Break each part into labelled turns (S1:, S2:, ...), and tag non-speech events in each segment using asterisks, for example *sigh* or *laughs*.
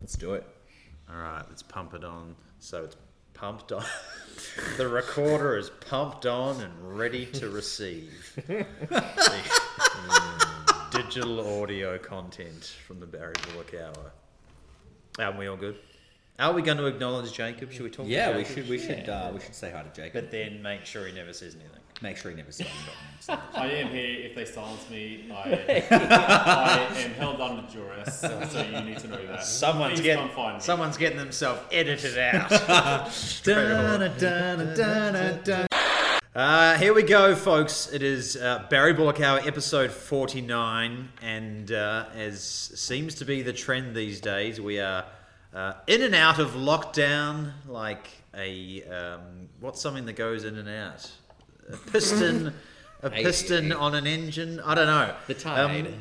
S1: Let's do it.
S2: All right, let's pump it on. So it's pumped on. *laughs* the recorder is pumped on and ready to
S1: *laughs*
S2: receive the digital audio content from the Barry Bullock Hour. Are we all good? Are we going to acknowledge Jacob? Should we talk?
S1: Yeah,
S2: to
S1: we
S2: Jacob?
S1: should we should uh, we should say hi to Jacob.
S2: But then make sure he never says anything.
S1: Make sure he never says anything.
S3: I am here. If they silence me, I, I am held under duress. So you need to know that.
S2: Someone's
S3: Please
S2: getting
S3: come find me.
S2: someone's getting themselves edited out. *laughs* Da-na-da-na-da-na-da. Uh, here we go, folks. It is uh, Barry Bullock Hour, episode 49. And uh, as seems to be the trend these days, we are uh, in and out of lockdown like a. Um, what's something that goes in and out? A piston. A
S1: A-
S2: piston on an engine. I don't know. Um,
S1: The tide.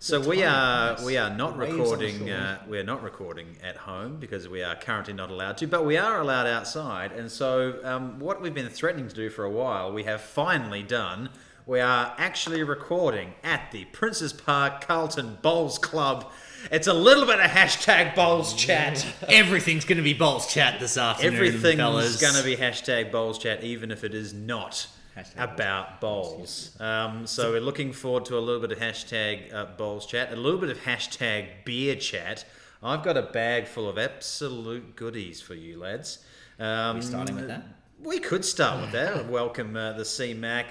S2: so we
S1: tide,
S2: are
S1: yes.
S2: we are not
S1: The waves on the
S2: recording.
S1: shore.
S2: Uh, we're not recording at home because we are currently not allowed to, but we are allowed outside. And so, um, what we've been threatening to do for a while, we have finally done. We are actually recording at the Princess Park Carlton Bowls Club. It's a little bit of hashtag Bowls Chat.
S4: *laughs* Everything's going to be balls chat this afternoon,
S2: Everything's
S4: fellas.
S2: going to be hashtag bowls chat, even if it is not
S1: Hashtag
S2: about bowls. Um, so we're looking forward to a little bit of hashtag uh, bowls chat, a little bit of hashtag beer chat. I've got a bag full of absolute goodies for you lads. Um,
S1: starting with that?
S2: We could start with that. Welcome uh, the CMAC.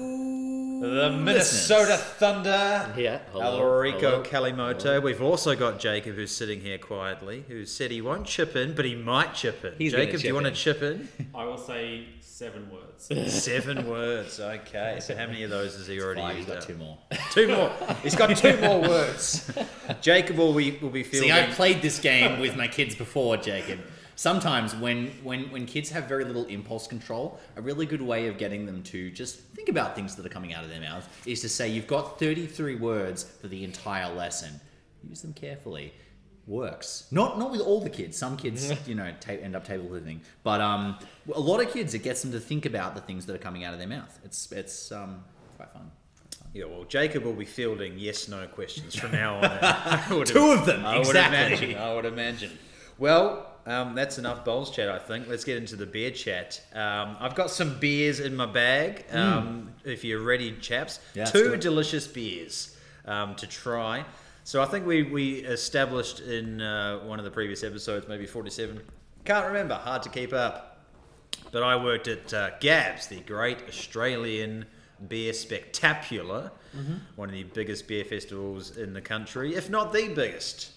S1: Hello,
S2: The Minnesota Thunder.
S4: Yeah, hello,
S2: Alarico
S4: hello,
S2: Kalimoto. We've also got Jacob, who's sitting here quietly, who said he won't chip in, but he might chip in.
S1: He's gonna
S2: Jacob, do you
S1: chip
S2: want to
S1: in.
S2: chip in?
S3: I will say seven words.
S2: Seven words. Okay. So how many of those has he already
S1: Five, he's
S2: used
S1: got
S2: up?
S1: two more.
S2: Two more. He's got two more words. Jacob will be will be
S4: See,
S2: fielding.
S4: I've
S2: I
S4: played this game with my kids before, Jacob.
S1: Sometimes when, when when kids have very little impulse control, a really good way of getting them to just think about things that are coming out of their mouths is to say you've got 33 words for the entire lesson. Use them carefully. Works. Not not with all the kids. Some *laughs* kids, you know, ta- end up table living, but um, a lot of kids it gets them to think about the things that are coming out of their mouth. It's it's um quite fun.
S2: yeah, well, Jacob will be fielding yes no questions from now on. out. I would
S4: Two of them,
S2: I
S4: exactly.
S2: Would imagine, I would imagine. Well, um, that's enough bowls chat. I think. Let's get into the beer chat. Um, I've got some beers in my bag. Um, If you're ready, chaps,
S1: Yeah, let's do
S2: two
S1: it.
S2: delicious beers um, to try. So I think we we established in uh, one of the previous episodes, maybe 47. Can't remember. Hard to keep up. But I worked at uh, Gabs, the great Australian beer spectacular, one of the biggest beer festivals in the country, if not the biggest.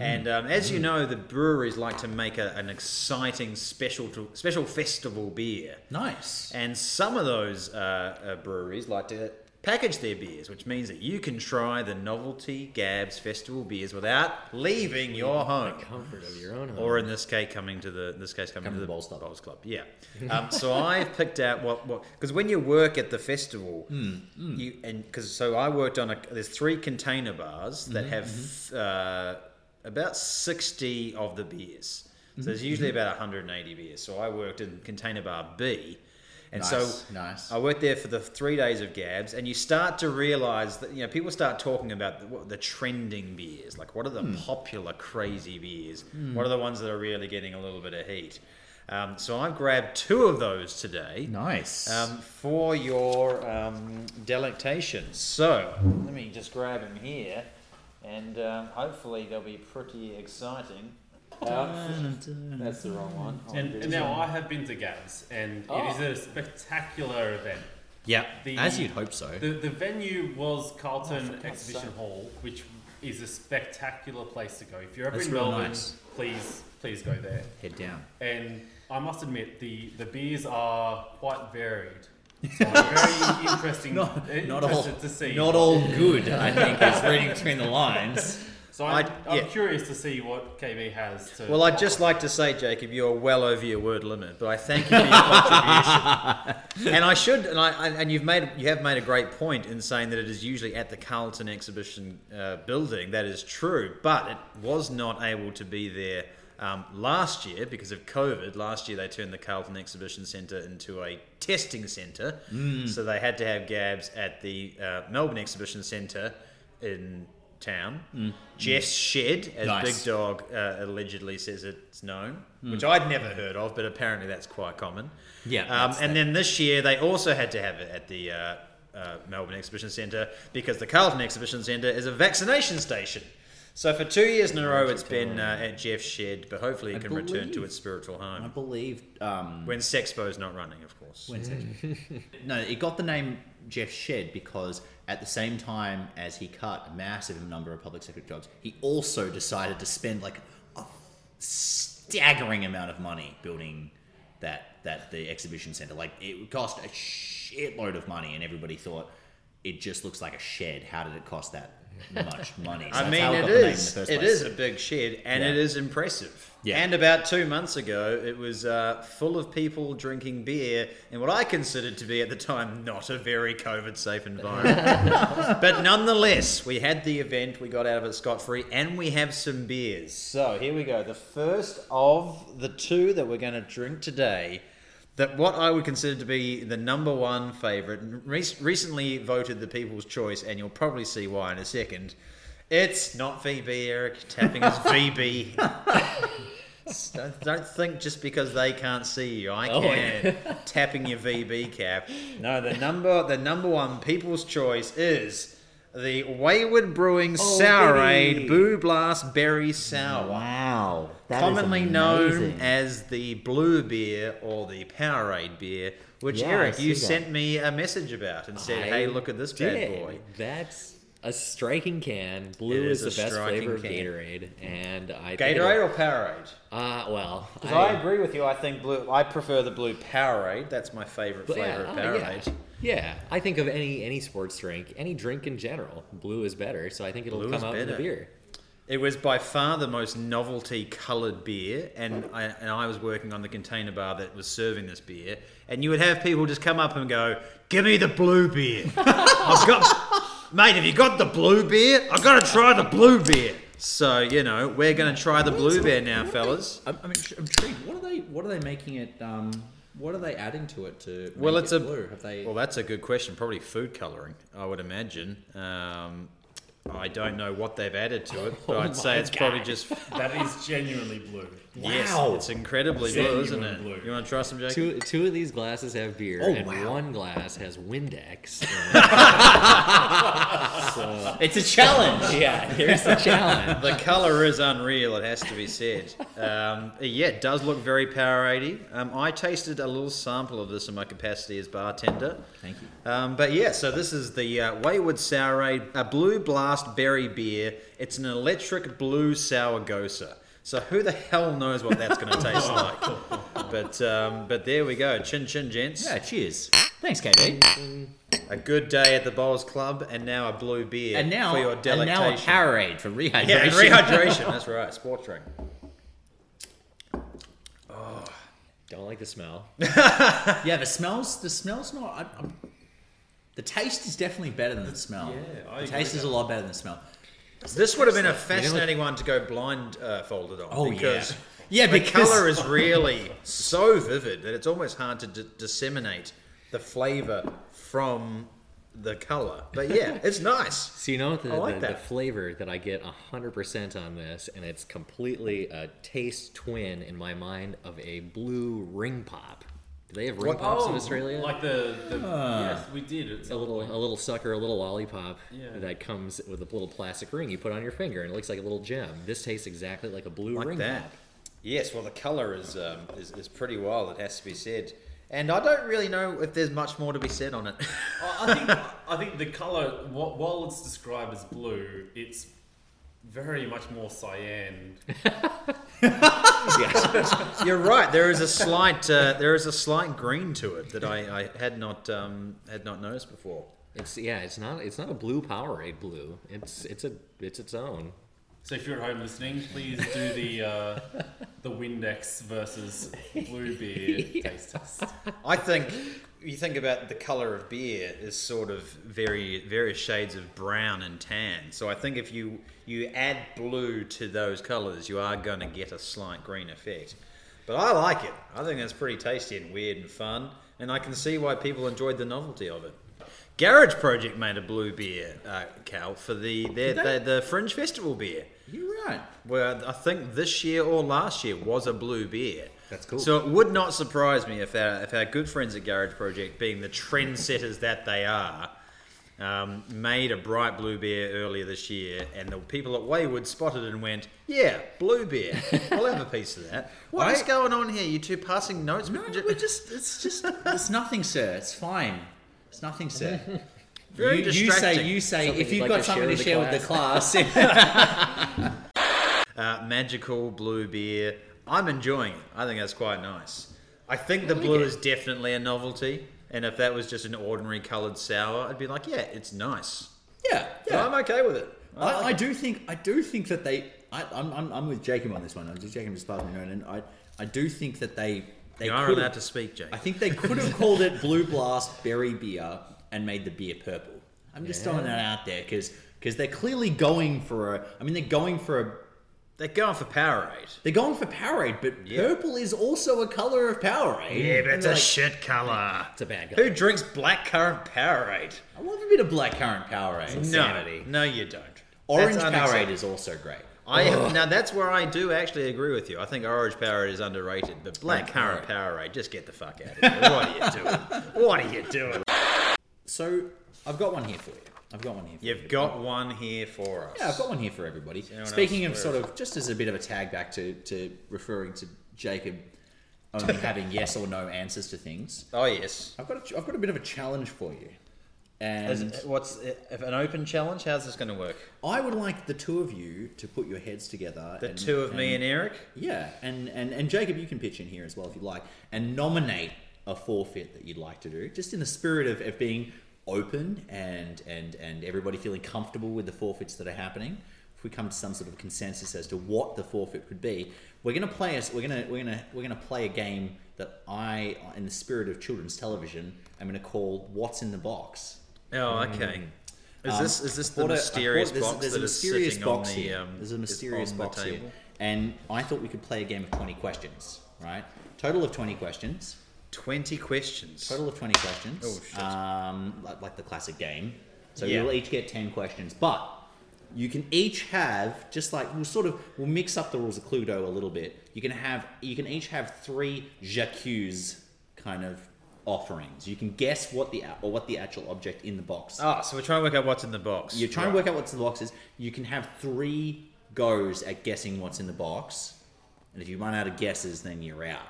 S2: And um, as you know, the breweries like to make a, an exciting special to, special festival beer.
S1: Nice.
S2: And some of those uh, uh, breweries like to package their beers, which means that you can try the novelty Gabs festival beers without leaving your home
S4: Comfort of your own
S2: or in this case coming to the in this case coming
S1: Coming
S2: to the
S1: to Bowls Club.
S2: Bowls Club. Yeah. Um, so *laughs* I picked out what what because when you work at the festival, you and because so I worked on a there's three container bars that have uh, about sixty of the beers. So there's usually about 180 beers. So I worked in container bar B. And
S1: Nice,
S2: so
S1: nice.
S2: I worked there for the three days of Gabs, and you start to realize that you know people start talking about the, what, the trending beers, like what are the popular crazy beers? What are the ones that are really getting a little bit of heat? Um, so I've grabbed two of those today
S1: Nice.
S2: um, for your um, delectation. So let me just grab them here, and um, hopefully they'll be pretty exciting. Uh, that's the wrong one. Oh,
S3: And,
S2: it
S3: and
S2: is
S3: now
S2: on-
S3: I have been to Gabs, and
S2: Oh.
S3: it is a spectacular event.
S1: yeah.
S3: the-
S1: as you'd hope so.
S3: The, the venue was Carlton
S2: God's
S3: Exhibition
S2: sake.
S3: Hall, which is a spectacular place to go. If you're ever
S1: That's
S3: in
S1: real
S3: Melbourne,
S1: nice.
S3: please please go there.
S1: Head down.
S3: And I must admit, the, the beers are quite varied.
S2: *laughs*
S3: So I'm very interesting,
S1: Not,
S3: interested
S1: not all.
S3: to see.
S1: Not all good. I think *laughs* is reading between the lines.
S3: So I'm,
S2: I-
S3: I, am
S2: yeah.
S3: curious to see what KB has to.
S2: Well, I'd just like to say, Jacob, you're well over your word limit, but I thank you for your contribution. and I should, and I, and- and you've made, you have made a great point in saying that it is usually at the Carlton Exhibition uh, building. That is true, but it was not able to be there um, last year because of COVID. Last year they turned the Carlton Exhibition Centre into a testing centre, so they had to have Gabs at the uh, Melbourne Exhibition Centre in town. Jeff's shed, as
S1: Nice.
S2: Big Dog uh, allegedly says it's known, which I'd never heard of, but apparently that's quite common.
S1: Hmm. Yeah,
S2: Um,
S1: that's
S2: and
S1: that.
S2: then this year they also had to have it at the uh, uh, Melbourne Exhibition Centre because the Carlton Exhibition Centre is a vaccination station. So for two years in a row, it's been uh, at Jeff's shed, but hopefully it
S1: I
S2: can return to
S1: believe-
S2: its spiritual home
S1: I believe um,
S2: when Sexpo's not running, of course.
S1: no, it got the name Jeff Shed because at the same time as he cut a massive number of public sector jobs, he also decided to spend like a staggering amount of money building that that the exhibition center. Like it cost a shitload of money, and everybody thought it just looks like a shed. How did it cost that much
S2: *laughs*
S1: money? So
S2: I
S1: that's
S2: mean,
S1: how
S2: it
S1: got the name in the
S2: is.
S1: first
S2: It
S1: place.
S2: is a big shed, and
S1: Yeah.
S2: it is impressive.
S1: Yeah.
S2: And about two months ago, it was uh, full of people drinking beer in what I considered to be at the time not a very COVID-safe environment. but nonetheless, we had the event. We got out of it scot-free, and we have some beers. So here we go. The first of the two that we're going to drink today. That what I would consider to be the number one favorite, and re- recently voted the People's Choice, and you'll probably see why in a second. It's not VB, Eric. Tapping is VB. don't, don't think just because they can't see you, I can. *laughs* Tapping your VB cap. Oh, No, *laughs* the number, the number one people's choice is the Wayward Brewing Sour Ale Boo Blast Berry Sour.
S1: Wow, that is
S2: Commonly known
S1: amazing.
S2: as the blue beer or the Powerade beer, which
S4: Yeah, I
S2: Eric, you
S4: see that.
S2: sent me a message about and said,
S4: I
S2: "Hey, look at this bad
S4: did.
S2: boy."
S4: That's a striking can. Blue
S2: It
S4: is,
S2: is a
S4: the best
S2: striking
S4: flavor of
S2: can.
S4: Gatorade, and I think it'll-
S2: Gatorade or Powerade?
S4: Uh, well,
S2: Because I, agree with you. I think blue. I prefer the blue Powerade. That's my favorite
S4: but
S2: flavor
S4: yeah,
S2: of
S4: oh, yeah.
S2: Powerade.
S4: Yeah, I think of any any sports drink, any drink in general, blue is better. So I think it'll
S2: Blue is
S4: come out in the
S2: better.
S4: beer.
S2: It was by far the most novelty coloured beer, and I, and I was working on the container bar that was serving this beer, and you would have people just come up and go, "Give me the blue beer." *laughs* I've got, mate. Have you got the blue beer? I've got to try the blue beer. So you know we're gonna try the blue beer now, fellas.
S1: I'm, I'm intri- I'm intrigued. What are they? What are they making it? Um, what are they adding to it to?
S2: Well,
S1: make
S2: it's
S1: it
S2: a
S1: blue. Have they?
S2: Well, that's a good question. Probably food coloring, I would imagine. Um, I don't know what they've added to it, but I'd say it's probably just
S3: That is genuinely blue.
S2: yes.
S1: Wow.
S2: It's incredibly
S3: Genuine
S2: blue, isn't it?
S3: blue.
S2: You want to try some, Jake?
S4: Two two of these glasses have beer,
S1: Oh,
S4: and
S1: wow.
S4: one glass has Windex.
S1: it's a challenge.
S4: yeah, here's the challenge.
S2: The color is unreal. It has to be said. Um, yeah, it does look very Powerade. Um, I tasted a little sample of this in my capacity as bartender.
S1: Thank you.
S2: Um, but yeah, so this is the uh, Wayward Sourade, a blue blast berry beer. It's an electric blue sour gosa. So who the hell knows what that's going to
S1: *laughs*
S2: taste like? But um, but there we go, chin chin gents.
S1: Yeah. Cheers. Thanks, KB.
S2: A good day at the Bowls Club, and now a blue beer
S1: And now,
S2: for your
S1: and
S2: delectation.
S1: now a Powerade for rehydration.
S2: yeah, and rehydration. that's right, sports drink.
S4: Don't like the smell.
S1: *laughs* yeah, the smells. The smells not. I, I'm, the taste is definitely better than the smell.
S2: Yeah, I
S1: the
S2: agree
S1: taste is a lot better than the smell.
S2: This would have been a fascinating one to go blind uh, folded on.
S1: Oh
S2: because
S1: yeah, yeah.
S2: the
S1: Because *laughs*
S2: color is really so vivid that it's almost hard to d- disseminate the flavor from the color. But
S1: *laughs*
S2: yeah, it's nice.
S4: So you know what the,
S2: I like
S4: the, the
S2: that.
S4: flavor that I get hundred percent on this, and it's completely a taste twin in my mind of a blue ring pop. Do they have ring
S2: What-
S4: pops in Australia?
S3: Oh, Like the, the
S2: Ah.
S3: yes, we did. It's
S4: a little, a little sucker, a little lollipop
S3: Yeah.
S4: that comes with a little plastic ring you put on your finger, and it looks like a little gem. This tastes exactly like a blue
S2: Like
S4: ring
S2: that.
S4: pop.
S2: Yes, well, the color is, um, is is pretty wild. It has to be said. And I don't really know if there's much more to be said
S1: *laughs*
S2: on it.
S3: I I think I think the color, while it's described as blue, it's very much more cyan.
S2: You're right. There is a slight uh, there is a slight green to it that I, I had not um, had not noticed before.
S4: It's yeah, it's not, it's not a blue Powerade blue. It's it's a it's its own.
S3: So if you're at home listening, please do the uh, the Windex versus blue beer taste test.
S2: I think you think about the color of beer is sort of very various shades of brown and tan. So I think if you you add blue to those colors, you are going to get a slight green effect. But I like it. I think that's pretty tasty and weird and fun, and I can see why people enjoyed the novelty of it. Garage Project made a blue beer, uh, Cal, for the their, their, the Fringe Festival beer.
S1: You're right.
S2: Where I think this year or last year was a blue beer.
S4: That's cool.
S2: So it would not surprise me if our if our good friends at Garage Project, being the trendsetters that they are, um, made a bright blue beer earlier this year, and the people at Wayward spotted it and went, "Yeah, blue beer.
S1: *laughs*
S2: I'll have a piece of that." What is
S1: I-
S2: going on here? You two passing notes?
S1: No, we're just it's just it's nothing, sir. It's fine. It's nothing, sir.
S2: Very
S1: you, you say
S2: distracting.
S1: you say
S4: Something
S1: if
S4: you'd
S1: you've
S4: like
S1: got
S4: to
S1: something
S4: share
S1: to
S4: with
S1: share
S4: the
S1: with the class.
S2: uh, magical blue beer. I'm enjoying it. I think that's quite nice. I think the blue is definitely a novelty, and if that was just an ordinary coloured sour, I'd be like, yeah, it's nice.
S1: yeah,
S2: But
S1: yeah. Uh,
S2: I'm okay with it. I
S1: I,
S2: like
S1: I
S2: it.
S1: do think I do think that they I, I'm, I'm, I'm with Jacob on this one. I'm just Jacob just passed me around, and I I do think that they they
S2: You are
S1: could-
S2: allowed to speak, Jake.
S1: I think they could have called it Blue Blast Berry Beer and made the beer purple. I'm just throwing that out there because they're clearly going for a. I mean, they're going for a.
S2: They're going for Powerade.
S1: They're going for Powerade, but
S2: Yeah.
S1: purple is also a color of Powerade. And they're like,
S2: shit colour.
S4: It's a bad guy.
S2: Who drinks blackcurrant Powerade?
S1: I love a bit of blackcurrant Powerade.
S4: Insanity.
S2: No, no, you don't.
S1: Orange
S2: That's
S1: Powerade
S2: unacceptable.
S1: is also great.
S2: I have, now that's where I do actually agree with you. I think orange Powerade is underrated, but black currant Powerade, just get the fuck out of here. What are you
S1: *laughs*
S2: doing? What are you doing?
S1: So I've got one here for you. I've got one here. For you.
S2: You've got one here for us.
S1: Yeah, I've got one here for everybody.
S2: anyone
S1: Speaking
S2: else
S1: of
S2: aware
S1: sort of, just as a bit of a tag back to, to referring to Jacob
S2: *laughs*
S1: only having yes or no answers to things,
S2: Oh yes.
S1: I've got a, I've got a bit of a challenge for you. And
S2: what's if an open challenge? How's this going to work?
S1: I would like the two of you to put your heads together.
S2: The two of me and Eric.
S1: Yeah, and, and, and Jacob, you can pitch in here as well if you like, and nominate a forfeit that you'd like to do, just in the spirit of, of being open and, and, and everybody feeling comfortable with the forfeits that are happening. If we come to some sort of consensus as to what the forfeit could be, we're gonna play us. We're gonna we're gonna we're gonna play a game that I, in the spirit of children's television, I'm gonna call "What's in the Box."
S2: Oh, okay. Is
S1: Hmm. Um,
S2: this is this
S1: I
S2: the
S1: bought a- I
S2: mysterious
S1: bought- there's-
S2: box
S1: there's a
S2: that is
S1: mysterious
S2: sitting
S1: box
S2: on the
S1: here.
S2: um?
S1: There's a
S2: is
S1: mysterious
S2: on the
S1: box here,
S2: table?
S1: and I thought we could play a game of twenty questions. Right, total of twenty questions.
S2: Twenty questions.
S1: Total of twenty questions.
S2: Oh, shit.
S1: Um, like, like the classic game. So
S2: Yeah.
S1: you'll each get ten questions, but you can each have just like we'll sort of we'll mix up the rules of Cluedo a little bit. You can have you can each have three j'accuse kind of offerings. You can guess what the or what the actual object in the box
S2: Oh, so we're trying to work out what's in the box.
S1: you're trying to work out what's in the box is. You can have three goes at guessing what's in the box, and if you run out of guesses, then you're out.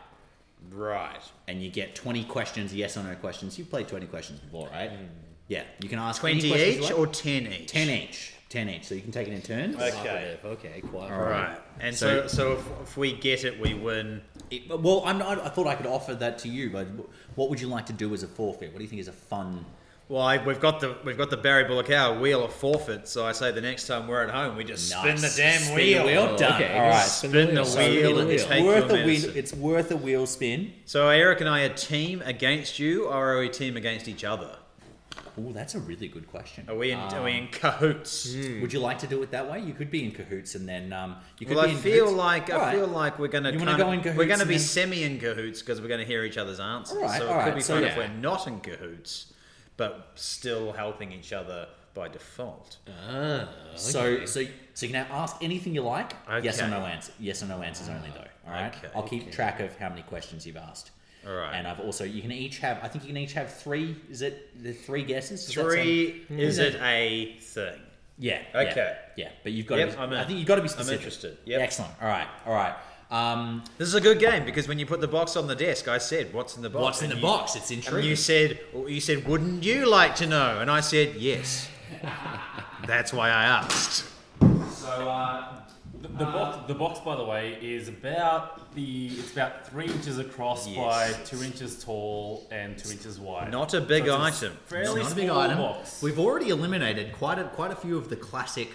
S2: Right.
S1: And you get 20 questions, yes or no questions. You've played 20 questions before, right?
S2: Hmm.
S1: Yeah, you can ask any
S2: Twenty
S1: questions you
S2: each
S1: like.
S2: or ten each?
S1: 10 each, 10 each. So you can take it in turns.
S2: Okay.
S4: Cooperative. Okay.
S2: All
S4: Cooperative.
S2: right. And
S1: So-
S2: so so, if, if we get it, we win.
S1: It- well, I'm not, I thought I could offer that to you, but what would you like to do as a forfeit? What do you think is a fun?
S2: Well, I, we've got the we've got the Barry Bullock wheel of forfeit. So I say the next time we're at home, we just spin the
S1: Nice.
S2: damn
S1: Spin the
S2: wheel.
S1: wheel.
S4: Oh,
S1: Done.
S4: Okay.
S1: All right.
S4: Spin
S2: Spin the
S4: Spin
S2: wheel
S4: the
S2: and
S4: wheel.
S2: take- your
S1: worth a wheel,
S2: medicine.
S1: it's worth a wheel spin.
S2: So Eric and I are team against you, or are we team against each other?
S1: Oh, that's a really good question.
S2: Are we in, are we in cahoots?
S1: Would you like to do it that way? You could be in cahoots, and then um, you could
S2: Well,
S1: be
S2: I
S1: in
S2: feel
S1: cahoots.
S2: like I
S1: Alright.
S2: feel like we're gonna
S1: You wanna
S2: kind
S1: go in
S2: of, we're
S1: cahoots
S2: gonna
S1: and
S2: be
S1: then-
S2: semi in cahoots because we're gonna hear each other's answers.
S1: Alright,
S2: so it
S1: alright,
S2: could be
S1: so
S2: fun
S4: yeah.
S2: if we're not in cahoots, but still helping each other by default.
S4: Ah,
S1: So,
S4: okay.
S1: so, so you can ask anything you like. Yes or
S2: Okay.
S1: no answer. Yes or no answers only, though. All right.
S2: okay.
S1: I'll keep track of how many questions you've asked.
S2: All right.
S1: And I've also you can each have. I think you can each have three. Is it the three guesses? Does that sound- Mm-hmm.
S2: Three is it a thing?
S1: Yeah.
S2: Okay.
S1: Yeah, yeah. but you've got.
S2: Yep,
S1: to be,
S2: I'm
S1: I
S2: in.
S1: think you've got to be specific.
S2: interested. Yep.
S1: Excellent. All right. All right. Um,
S2: This is a good game because when you put the box on the desk, I said, "What's in the box?"
S1: what's in
S2: And
S1: the
S2: you-
S1: box? It's intriguing.
S2: And you said, "You said, wouldn't you like to know?" And I
S1: *laughs*
S2: said, "Yes." That's why I asked.
S3: So uh, the, the box, the box, by the way, is about the it's about three inches across
S2: Yes.
S3: by two inches tall and two inches wide.
S2: Not a big
S3: So it's a
S2: item.
S3: Fairly
S1: It's not a
S3: small
S1: big item.
S3: box.
S1: We've already eliminated quite a quite a few of the classic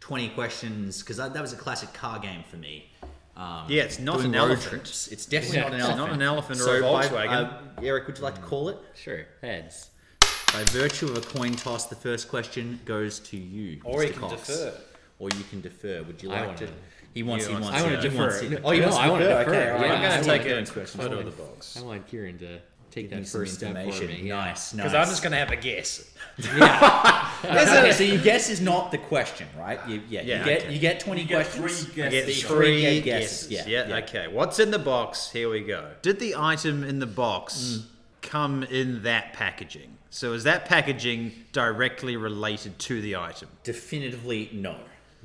S1: twenty questions because that, that was a classic car game for me. Um,
S2: Yeah, it's not
S1: doing
S2: an
S1: road
S2: elephant.
S1: trips. It's definitely not an
S2: It's not
S1: elephant.
S2: an elephant or a
S1: by-
S2: Volkswagen.
S1: uh, Eric, would you like to call it?
S4: sure. Heads.
S1: By virtue of a coin toss, the first question goes to you,
S2: Or
S1: Mr.
S2: you can
S1: Cox.
S2: defer.
S1: Or you can defer. Would you
S4: I
S1: like
S4: wanna
S1: to?
S4: know.
S1: He wants.
S2: You
S1: He
S2: want
S1: wants.
S2: to
S1: it.
S4: defer.
S1: He wants it.
S4: No,
S1: Oh, you
S4: no,
S1: want to
S4: I wanna
S1: defer.
S4: defer.
S1: Okay, all right.
S2: I'm
S4: Yeah, I
S2: gonna
S4: wanna
S2: take
S4: defer.
S2: a quick photo of the box.
S4: I want Kieran to take
S1: Give me
S4: that
S1: some
S4: first step for
S1: information.
S4: me.
S1: Nice, nice.
S2: Because I'm just going to have a guess.
S1: Okay, so you guess is not the question, right? You, yeah,
S2: Yeah,
S1: you get
S2: okay.
S1: you get twenty
S3: You get
S1: questions.
S3: three guesses.
S2: I get
S1: Yes,
S2: three,
S1: three
S2: guesses.
S1: guesses.
S2: Yeah,
S1: Yeah, yeah.
S2: Okay. What's in the box? Here we go. Did the item in the box
S1: Mm.
S2: come in that packaging? So is that packaging directly related to the item?
S1: Definitively no.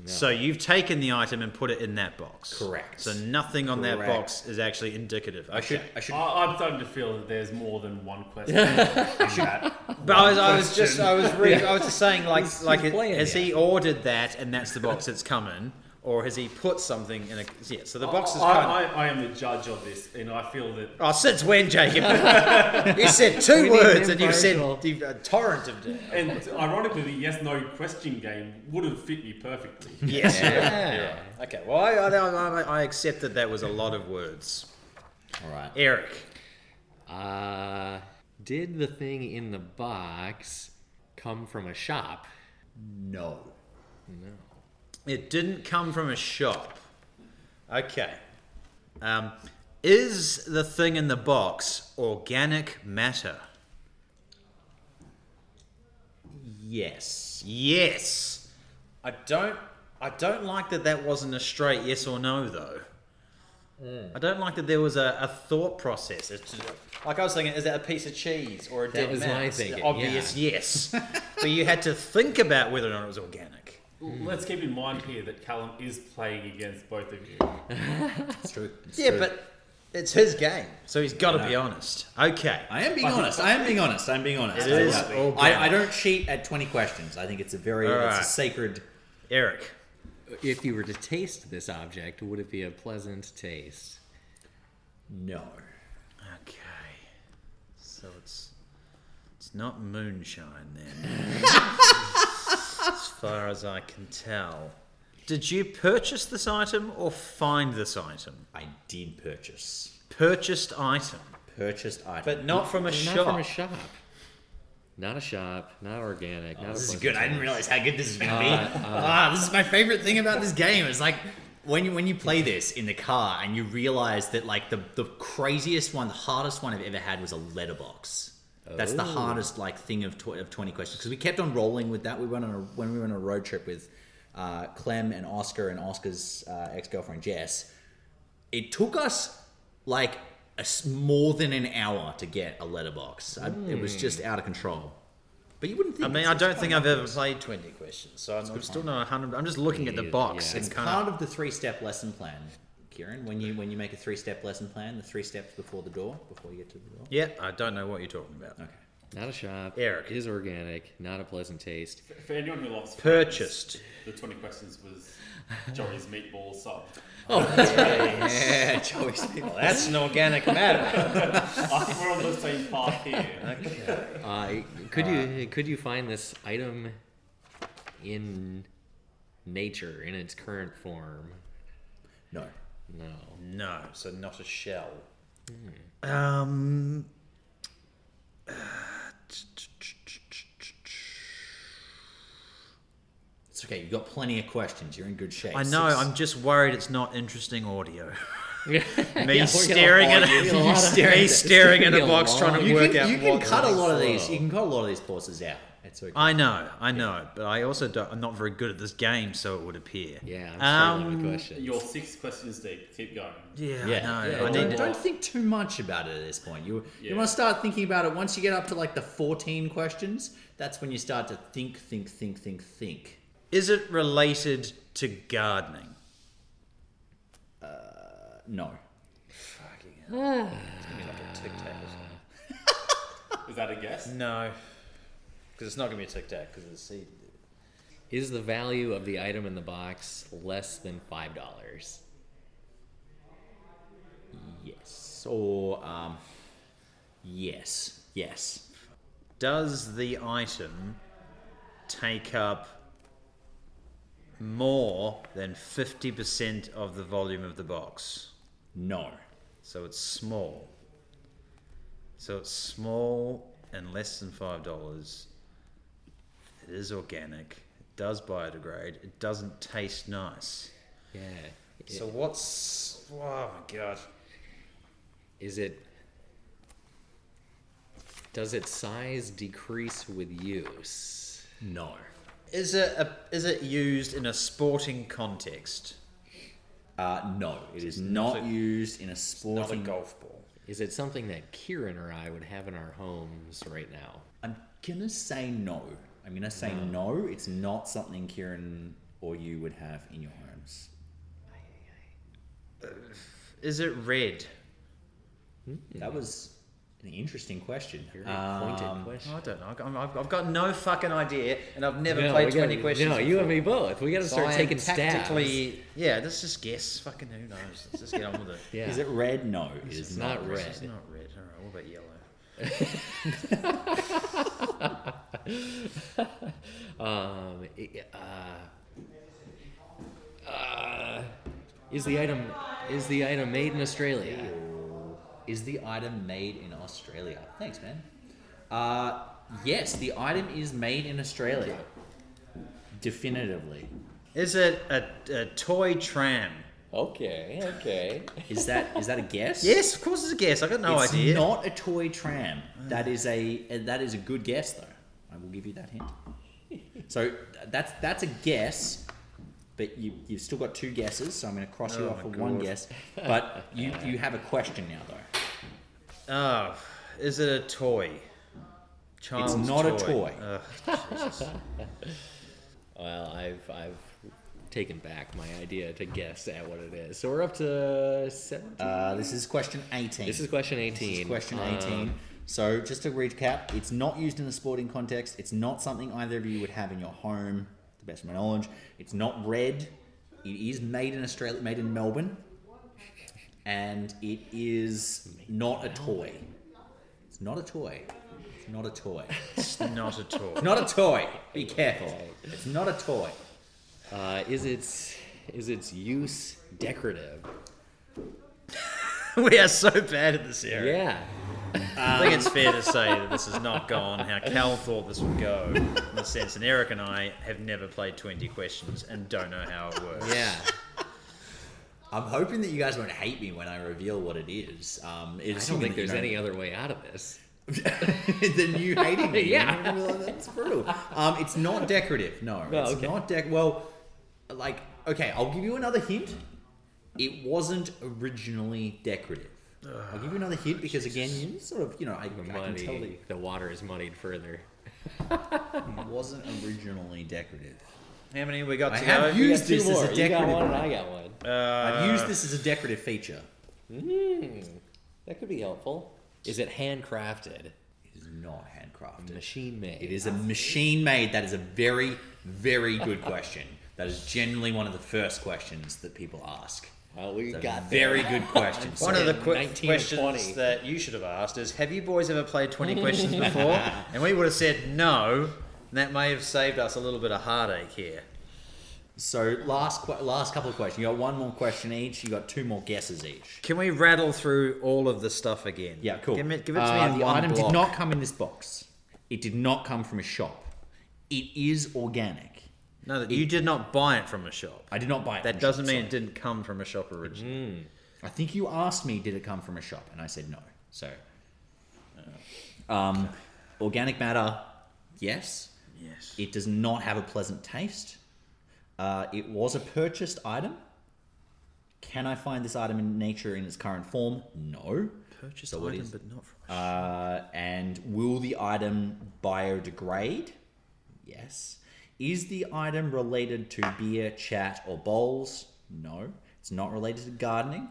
S2: So you've taken the item and put it in that box.
S1: Correct.
S2: So nothing on that
S1: Correct.
S2: box is actually indicative. Okay.
S1: I should I should
S3: I, I'm starting to feel that there's more than one question. in that.
S2: But I was, I was just, I was,
S4: *laughs*
S2: re- I was just saying, like,
S4: He's-
S2: like,
S4: he's
S2: it-
S4: playing
S2: has
S4: here.
S2: he ordered that, and that's the box that's coming, or has he put something in a? Yeah. So the box is
S3: I,
S2: kind of.
S3: I, I am the judge of this, and I feel that
S2: Oh, since when, Jacob?
S3: *laughs*
S2: you said
S4: We
S2: two
S4: need an
S2: words, and you've
S4: impartial-
S2: said you've- a torrent of.
S4: *laughs*
S3: And ironically, the yes no question game would have fit me perfectly.
S2: Yes. Yeah. Okay. Well, I, I, I, I accept that that was a lot of words.
S1: all right.
S2: Eric.
S4: Uh, did the thing in the box come from a shop?
S1: No.
S2: It didn't come from a shop. Okay. Um, is the thing in the box organic matter?
S1: Yes.
S2: Yes. I don't. I don't like that. That wasn't a straight yes or no though.
S4: Hmm.
S2: I don't like that there was a, a thought process. It's just- like I was thinking, is that a piece of cheese or a dead
S4: was my
S2: mouse?
S4: thinking,
S2: Obvious
S4: *laughs*
S2: yes, but you had to think about whether or not it was organic.
S3: Let's keep in mind here that Callum is playing against both of you.
S1: It's true. It's
S2: Yeah,
S1: true.
S2: but it's his game, so he's got to be honest. Okay.
S1: I am being honest. I am being honest. I'm being honest.
S2: It
S1: I-
S2: is Oh,
S1: I,
S2: organic.
S1: I, I don't cheat at twenty questions. I think it's a very
S2: All
S1: it's
S2: right.
S1: a sacred.
S2: Eric.
S4: If you were to taste this object, would it be a pleasant taste?
S1: No.
S2: Okay. So it's it's not moonshine then. *laughs* as far as I can tell. Did you purchase this item or find this item?
S1: I did purchase
S2: Purchased item,
S1: purchased item.
S2: but not from a
S4: Not
S2: shop.
S4: from a shop. Not a shop. Not organic. not a
S1: Oh, This is
S4: pleasant
S1: good. I didn't
S4: taste.
S1: realize how good this is gonna be.
S2: Uh,
S1: *laughs* ah, this is my favorite thing about this game. It's like when you when you play this in the car and you realize that like the the craziest one, the hardest one I've ever had was a letterbox. That's the
S4: Oh.
S1: hardest like thing of tw- of twenty questions because we kept on rolling with that. We went on a when we went on a road trip with uh, Clem and Oscar and Oscar's uh, ex girlfriend Jess. It took us like a s more than an hour to get a letterbox. I, It was just out of control. But you wouldn't
S2: Hmm. I
S1: think.
S2: mean,
S1: it's-
S2: I
S1: it's
S2: don't
S1: quite
S2: think
S1: an
S2: I've ever played 20 questions, so I'm, I'm still not 100. I'm just looking at the
S4: Yeah,
S2: box
S4: yeah.
S2: and
S1: It's
S2: kind
S1: part
S2: of.
S1: of the three-step lesson plan, Kieran. When you when you make a three-step lesson plan, the three steps before the door, before you get to the door.
S2: Yeah, I don't know what you're talking about.
S1: Okay.
S4: Not a shop.
S2: Eric.
S4: Is organic. Not a pleasant taste.
S3: For anyone who loves
S2: Purchased.
S3: fries, the 20 questions was Joey's meatball sub.
S1: Yeah, choice people.
S2: That's an organic matter.
S3: Uh, We're on the same path here.
S4: Uh, could you could you find this item in nature in its current form?
S1: No.
S4: No.
S2: No, so not a shell. Um.
S1: It's okay. You've got plenty of questions. You're in good shape.
S2: I know.
S1: Six-
S2: I'm just worried it's not interesting *laughs* audio.
S4: Me
S2: Me staring at *laughs*
S1: you staring
S2: me
S1: at-
S2: staring at a
S4: it's gonna be a
S2: box trying
S4: long-
S2: to
S1: You
S2: work
S1: can,
S2: out
S1: you can
S2: what
S1: cut a
S2: noise.
S1: lot of these.
S4: slow.
S1: You can cut a lot of these pauses out. It's okay.
S2: I know, I know, but I also don't, I'm not very good at this game, so it would appear.
S4: Yeah, I'm struggling
S2: Um,
S4: with questions.
S3: Your six questions deep. Keep going.
S2: Yeah,
S1: yeah,
S2: I know.
S1: yeah,
S2: I
S1: don't,
S2: need to-
S1: don't think too much about it at this point. You
S3: Yeah.
S1: you want to start thinking about it once you get up to like the 14 questions. That's when you start to think, think, think, think, think.
S2: Is it related to gardening?
S1: No.
S3: Is that a guess?
S2: No, because it's not going to be a tic tac because it's seed.
S4: Is the value of the item in the box less than five dollars?
S1: Yes. Or um, yes. Yes.
S2: Does the item take up more than 50% of the volume of the box?
S1: No.
S2: So it's small. So it's small and less than $5. It is organic. It does biodegrade. It doesn't taste nice.
S4: Yeah.
S2: So what's. Oh my god.
S4: Is it Does its size decrease with use?
S1: No.
S2: Is it a, is it used in a sporting context?
S1: Uh, no, it is not used in a
S2: Not a
S1: sporting.
S2: golf ball.
S4: Is it something that Kieran or I would have in our homes right now?
S1: I'm gonna say no. I'm gonna say no. It's not something Kieran or you would have in your homes.
S2: Is it red?
S1: That was an interesting question.
S4: Very
S1: Um,
S4: pointed question.
S2: I don't know. I'm- I've, I've got no fucking idea, and I've never
S4: No,
S2: played
S4: we gotta-
S2: 20 questions.
S4: No, you and me both. We got to
S2: before.
S4: start
S2: So I am
S4: taking stabs.
S2: tactically- Yeah, let's just guess. Fucking who knows? Let's just get on with it.
S4: *laughs* Yeah.
S1: Is it red? No, it is
S4: it's
S1: not.
S4: not
S2: This is
S4: red.
S2: not red. All right, what about yellow?
S4: Um, i- uh, uh, is the item is the item made in Australia?
S1: Is the item made in Australia? Thanks, man. Uh, yes, the item is made in Australia. Definitively.
S2: Is it a, a toy tram?
S4: Okay, okay.
S1: Is that is that a guess?
S2: Yes, of course it's a guess. I got no
S1: it's
S2: idea.
S1: not a toy tram. That is a that is a good guess though. I will give you that hint. So that's that's a guess, but you you've still got two guesses. So I'm going to cross you
S2: Oh
S1: off
S2: my
S1: for one
S2: God.
S1: guess. But you you have a question now though.
S2: Oh, is it a toy? Child's
S1: not a toy.
S2: Ugh, Jesus.
S4: Well, I've I've taken back my idea to guess at what it is. So we're up to seventeen.
S1: Uh, this is question 18.
S4: this is question
S1: This
S4: eighteen.
S1: is question
S4: Um,
S1: 18. so just to recap, it's not used in a sporting context. It's not something either of you would have in your home. To the best of my knowledge, it's not red. It is made in Australia, made in Melbourne, and it is not a toy. It's not a toy. It's not a toy.
S2: It's not a toy. *laughs*
S1: Not a toy. Be careful. It's not a toy.
S4: uh, is its is its use decorative?
S2: we are so bad at this area.
S4: Yeah.
S2: I think it's fair to say that this has not gone how Cal thought this would go. In the sense, and Eric and I have never played 20 questions and don't know how it works.
S4: Yeah.
S1: I'm hoping that you guys won't hate me when I reveal what it is. Um,
S4: I
S1: it's
S4: don't think
S1: *laughs*
S4: there's any other way out of this.
S1: the
S4: *laughs*
S1: new hating me.
S4: Yeah.
S1: You know, like, That's brutal. Um, it's not decorative. No,
S4: No,
S1: it's
S4: Oh, okay.
S1: not dec. Well, like, okay, I'll give you another hint. It wasn't originally decorative. I'll give you another
S4: Ah,
S1: hint because again, you sort of, you know, I, I
S4: The
S1: can tell that
S4: muddy, the water is muddied further.
S1: it wasn't originally decorative.
S2: How many have we got
S1: I
S2: to go?
S1: have Use this as a
S4: You got
S1: decorative-
S4: one, and I got one.
S2: Uh,
S1: I've used this as a decorative feature.
S4: Mm, that could be helpful. Is it handcrafted,
S1: It is not handcrafted.
S4: machine made?
S1: It is a machine made. That is a very, very good question. That is generally one of the first questions that people ask.
S4: Well, we
S1: It's a
S4: got there.
S1: very good question.
S2: One
S1: sir.
S2: of the quick
S4: 19 or
S2: questions
S4: 20.
S2: that you should have asked is Have you boys ever played 20
S1: *laughs*
S2: questions before? And we would have said no, and that may have saved us a little bit of heartache here.
S1: so last que- last couple of questions. You got one more question each. You got two more guesses each.
S2: Can we rattle through all of the stuff again?
S1: Yeah, cool.
S2: Give, me, give it to
S1: Uh,
S2: me in
S1: the
S2: one
S1: item
S2: block.
S1: did not come in this box. It did not come from a shop. It is organic.
S2: No, that you did not buy it from a shop.
S1: I did not buy it. from
S2: That
S1: a
S2: doesn't
S1: shop,
S2: mean it
S1: sorry.
S2: didn't come from a shop originally.
S1: I think you asked me, did it come from a shop, and I said no. So, um, organic matter, yes.
S2: Yes.
S1: It does not have a pleasant taste. Uh, it was a purchased item. Can I find this item in nature in its current form? No.
S2: Purchased
S1: So what
S2: item,
S1: is-
S2: but not from a shop.
S1: Uh, and will the item biodegrade? Yes. Is the item related to beer, chat, or bowls? No. It's not related to gardening.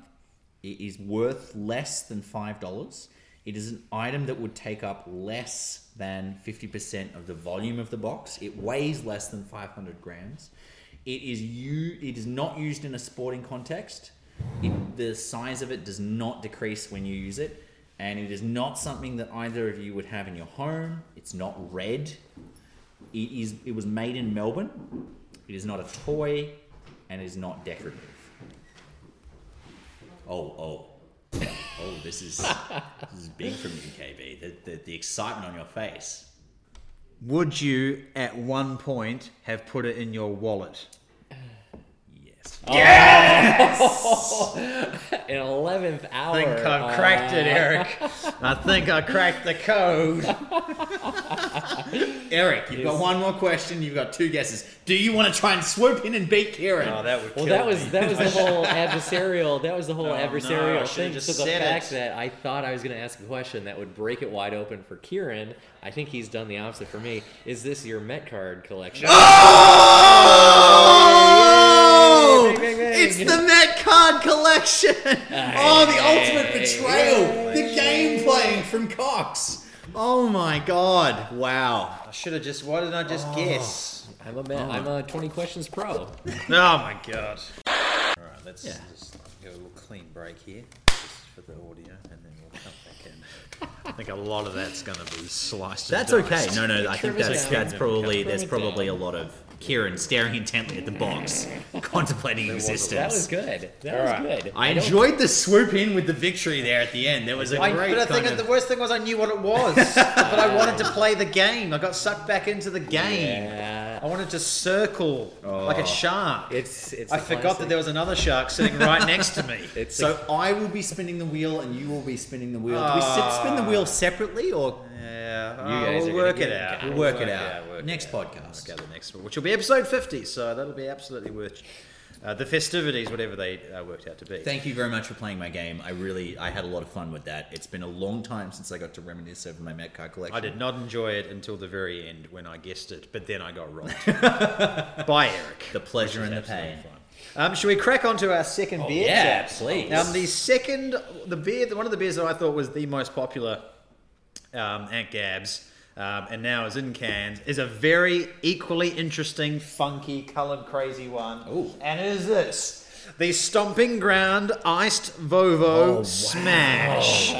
S1: It is worth less than $5. It is an item that would take up less than 50% of the volume of the box. It weighs less than 500 grams. It is you it is not used in a sporting context. It, the size of it does not decrease when you use it and it is not something that either of you would have in your home. It's not red. It is it was made in Melbourne. It is not a toy and is not decorative. Oh, oh. Oh, this is this is big from you, KB. The, the, the excitement on your face.
S2: Would you, at one point, have put it in your wallet?
S1: Yes.
S4: It an eleventh hour.
S2: I think I've cracked it,
S4: uh,
S2: Eric.
S1: *laughs*
S2: I think I cracked the code.
S1: Eric, you've got
S4: Yes.
S1: one more question. You've got two guesses. Do you want to try and swoop in and beat Kieran?
S2: Oh, that would
S4: Well,
S2: kill
S4: that was
S2: me.
S4: that was
S2: *laughs*
S4: the whole adversarial. That was the whole
S2: Oh, no, I
S4: adversarial
S2: should've
S4: thing.
S2: just
S4: so the
S2: said
S4: fact
S2: it.
S4: that I thought I was going to ask a question that would break it wide open for Kieran, I think he's done the opposite for me. Is this your Met card collection?
S2: Ah!
S1: Oh!
S4: Bang, bang, bang.
S1: It's the Met Card Collection! Oh, the ultimate betrayal! The game playing from Cox! Oh my god, wow.
S2: I should have just. Why didn't I
S1: Oh.
S2: just guess?
S4: I'm a Met, I'm a twenty questions pro.
S2: Oh my god. All right, let's
S1: Yeah.
S2: just go a little clean break here, just for the audio, and then we'll come back in. I think a lot of that's going to be sliced.
S1: That's okay. No, no, I think
S4: it
S1: that's
S4: down.
S1: that's probably there's
S4: it
S1: probably a
S4: down.
S1: lot of Kieran staring intently at the
S4: *laughs*
S1: box, contemplating
S4: That was
S1: existence.
S4: good. That
S2: All
S4: was
S2: right.
S4: good.
S1: I
S4: don't-
S1: enjoyed the swoop in with the victory there at the end. There was a
S2: I,
S1: great
S2: but I
S1: kind
S2: think
S1: of-
S2: the worst thing was I knew what
S1: *laughs*
S2: it was, but I wanted to play the game. I got sucked back into the game.
S4: Yeah.
S2: I wanted to circle like a shark.
S4: It's it's.
S2: I
S4: a
S2: forgot that
S4: classic.
S2: there was another shark sitting right next to *laughs* me.
S4: It's
S1: So
S4: a-
S1: I will be spinning the wheel and you will be spinning the wheel. Do we sit, spin the wheel separately or
S2: uh, Yeah, oh,
S4: guys are
S2: we'll
S4: gonna
S2: work
S4: get
S2: it
S4: it.
S2: out.
S1: we'll
S4: We'll
S1: work it
S2: it
S1: out?
S2: out, work it
S1: Next
S2: Let's
S1: podcast.
S2: go to the next one, which will be episode 50, so that'll be absolutely worth uh, the festivities, whatever they uh, worked out to be.
S1: Thank you very much for playing my game. I really I had a lot of fun with that. It's been a long time since I got to reminisce over my Metcard collection.
S2: I did not enjoy it until the very end when I guessed it, but then I got wrong. *laughs* By Eric.
S1: The pleasure
S2: Which
S1: and
S2: is
S1: the
S2: absolutely
S1: pain.
S2: fine. Um, should we crack on to our second beer?
S1: Oh, yeah,
S2: chaps?
S1: please.
S2: Um, the second, the beer, one of the beers that I thought was the most popular um, at Gabs, um, and now is in cans, is a very equally interesting, funky, coloured, crazy one.
S1: Ooh.
S2: And it is this. The Stomping Ground Iced
S1: Oh,
S2: Vovo Smash.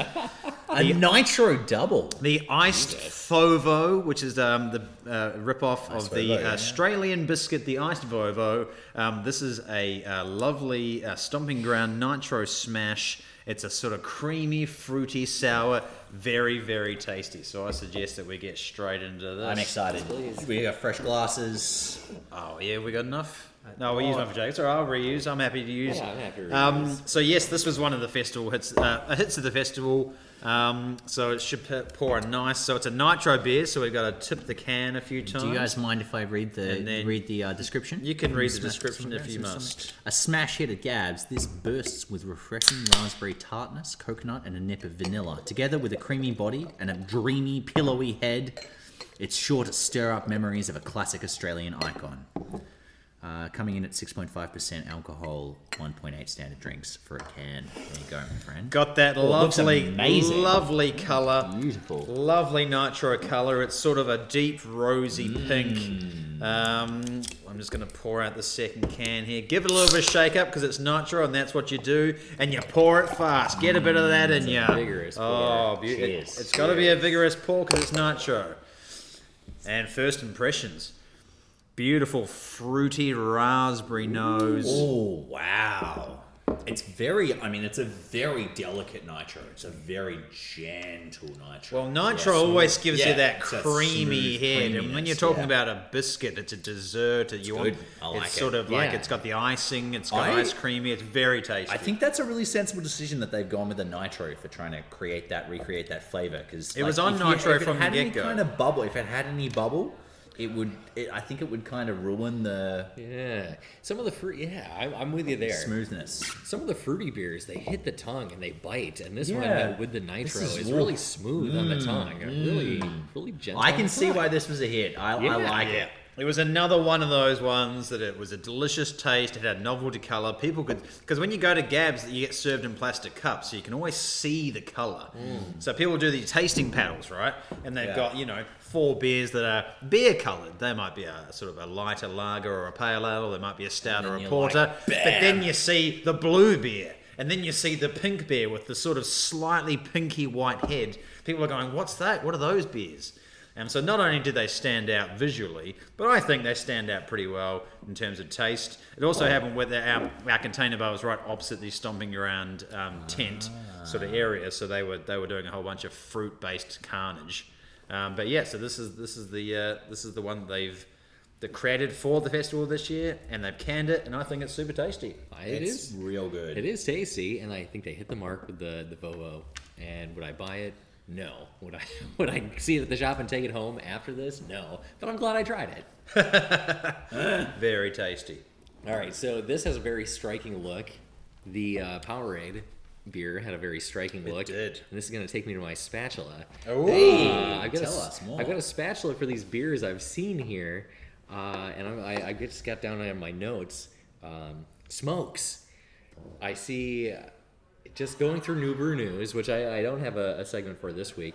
S1: A nitro double.
S2: The iced Fovo, which is um, the uh, rip-off of the uh,
S1: Fovo, yeah.
S2: Australian biscuit, the iced Vovo. Um, this is a uh, lovely uh, stomping ground nitro smash. It's a sort of creamy, fruity, sour, very, very tasty. So I suggest that we get straight into this.
S1: I'm excited. We got fresh glasses.
S2: Oh yeah, we got enough. No, we use one for Jacobs. All right, I'll reuse. I'm happy to use.
S4: Oh. Yeah, I'm happy to
S2: Um, so yes, this was one of the festival hits. Uh, uh, hits of the festival. Um, so it should p- pour a nice. So it's a nitro beer. So we've got to tip the can a few times.
S1: Do you guys mind if I read the
S2: And then-
S1: read the uh, description?
S2: You can read the
S1: Sma-
S2: description if you
S1: smash-
S2: must.
S1: A smash hit at Gabs, this bursts with refreshing raspberry tartness, coconut, and a nip of vanilla, together with a creamy body and a dreamy, pillowy head. It's sure to stir up memories of a classic Australian icon. Uh, coming in at 6.5% alcohol, 1.8 standard drinks for a can. There you go, my friend.
S2: Got that
S4: Oh,
S1: it looks
S2: lovely,
S1: amazing.
S2: lovely color.
S1: Beautiful.
S2: Lovely nitro color. It's sort of a deep rosy
S4: Mm.
S2: pink. Um, I'm just going to pour out the second can here. Give it a little bit of shake up because it's nitro, and that's what you do. And you pour it fast. Get a bit of that in you.
S4: vigorous
S2: Oh,
S4: pour.
S2: beautiful!
S4: Cheers.
S2: it's got to be a vigorous pour because it's nitro. And first impressions. Beautiful fruity raspberry nose.
S1: Oh wow! It's very. I mean, it's a very delicate nitro. It's a very gentle nitro.
S2: Well, nitro
S1: Yes.
S2: always gives you
S1: Yeah,
S2: that
S1: it's that
S2: creamy
S1: smooth
S2: head, and when you're
S1: creaminess,
S2: talking
S1: yeah.
S2: about a biscuit, it's a dessert. It's you want,
S1: good. I like
S2: it's
S1: it.
S2: sort of like
S4: Yeah.
S2: it's got the icing, it's got
S1: I-
S2: ice creamy. It's very tasty.
S1: I think that's a really sensible decision that they've gone with the nitro for trying to create that, recreate that flavor. Because
S2: It was on nitro
S1: if
S2: from
S1: it
S2: the
S1: had any
S2: get-go.
S1: Kind of bubble. If it had any bubble, it would. It, I think it would kind of ruin the
S4: yeah. Some of the fruit. Yeah, I'm, I'm with you there.
S1: smoothness.
S4: Some of the fruity beers, they hit the tongue and they bite, and this one
S1: Yeah.
S4: uh, with the nitro
S1: is
S4: is,
S1: wo-
S4: really smooth on the tongue, and really, really gentle.
S1: I
S4: on
S1: can
S4: the
S1: see
S4: tongue.
S1: why this was a hit. I, I
S4: Yeah.
S1: like
S2: yeah.
S1: it.
S2: It was another one of those ones that it was a delicious taste. It had novelty color. People could because when you go to Gabs, you get served in plastic cups, so you can always see the color. So people do these tasting paddles, right? And they've
S1: Mm. Yeah.
S2: got you know four beers that are beer colored. They might be a sort of a lighter lager or a pale ale. There might be a stout or a
S1: you're
S2: porter.
S1: like,
S2: but then you see the blue beer. And then you see the pink beer with the sort of slightly pinky white head. People are going, "What's that? What are those beers?" And so not only do they stand out visually, but I think they stand out pretty well in terms of taste. It also
S1: Oh.
S2: happened with our, our container bar was right opposite the stomping around um, tent sort of area, so they were they were doing a whole bunch of fruit based carnage. Um, but yeah, so this is this is the uh, this is the one they've the created for the festival this year, and they've canned it, and I think it's super tasty.
S4: I- It
S1: it's
S4: is.
S1: real good.
S4: It is tasty, and I think they hit the mark with the the Vovo. And would I buy it? No. Would I *laughs* would I see it at the shop and take it home after this? No. But I'm glad I tried it.
S2: Very tasty.
S4: All right, so this has a very striking look. The uh, Powerade beer had a very striking look.
S2: did.
S4: And this is going to take me to my spatula.
S2: Oh.
S4: Hey, I've got
S1: tell
S4: a,
S1: us more.
S4: have got a spatula for these beers I've seen here, uh, and I'm, I, I just got down on my notes. Um, smokes. I see. uh, Just going through new brew news, which I, I don't have a, a segment for this week.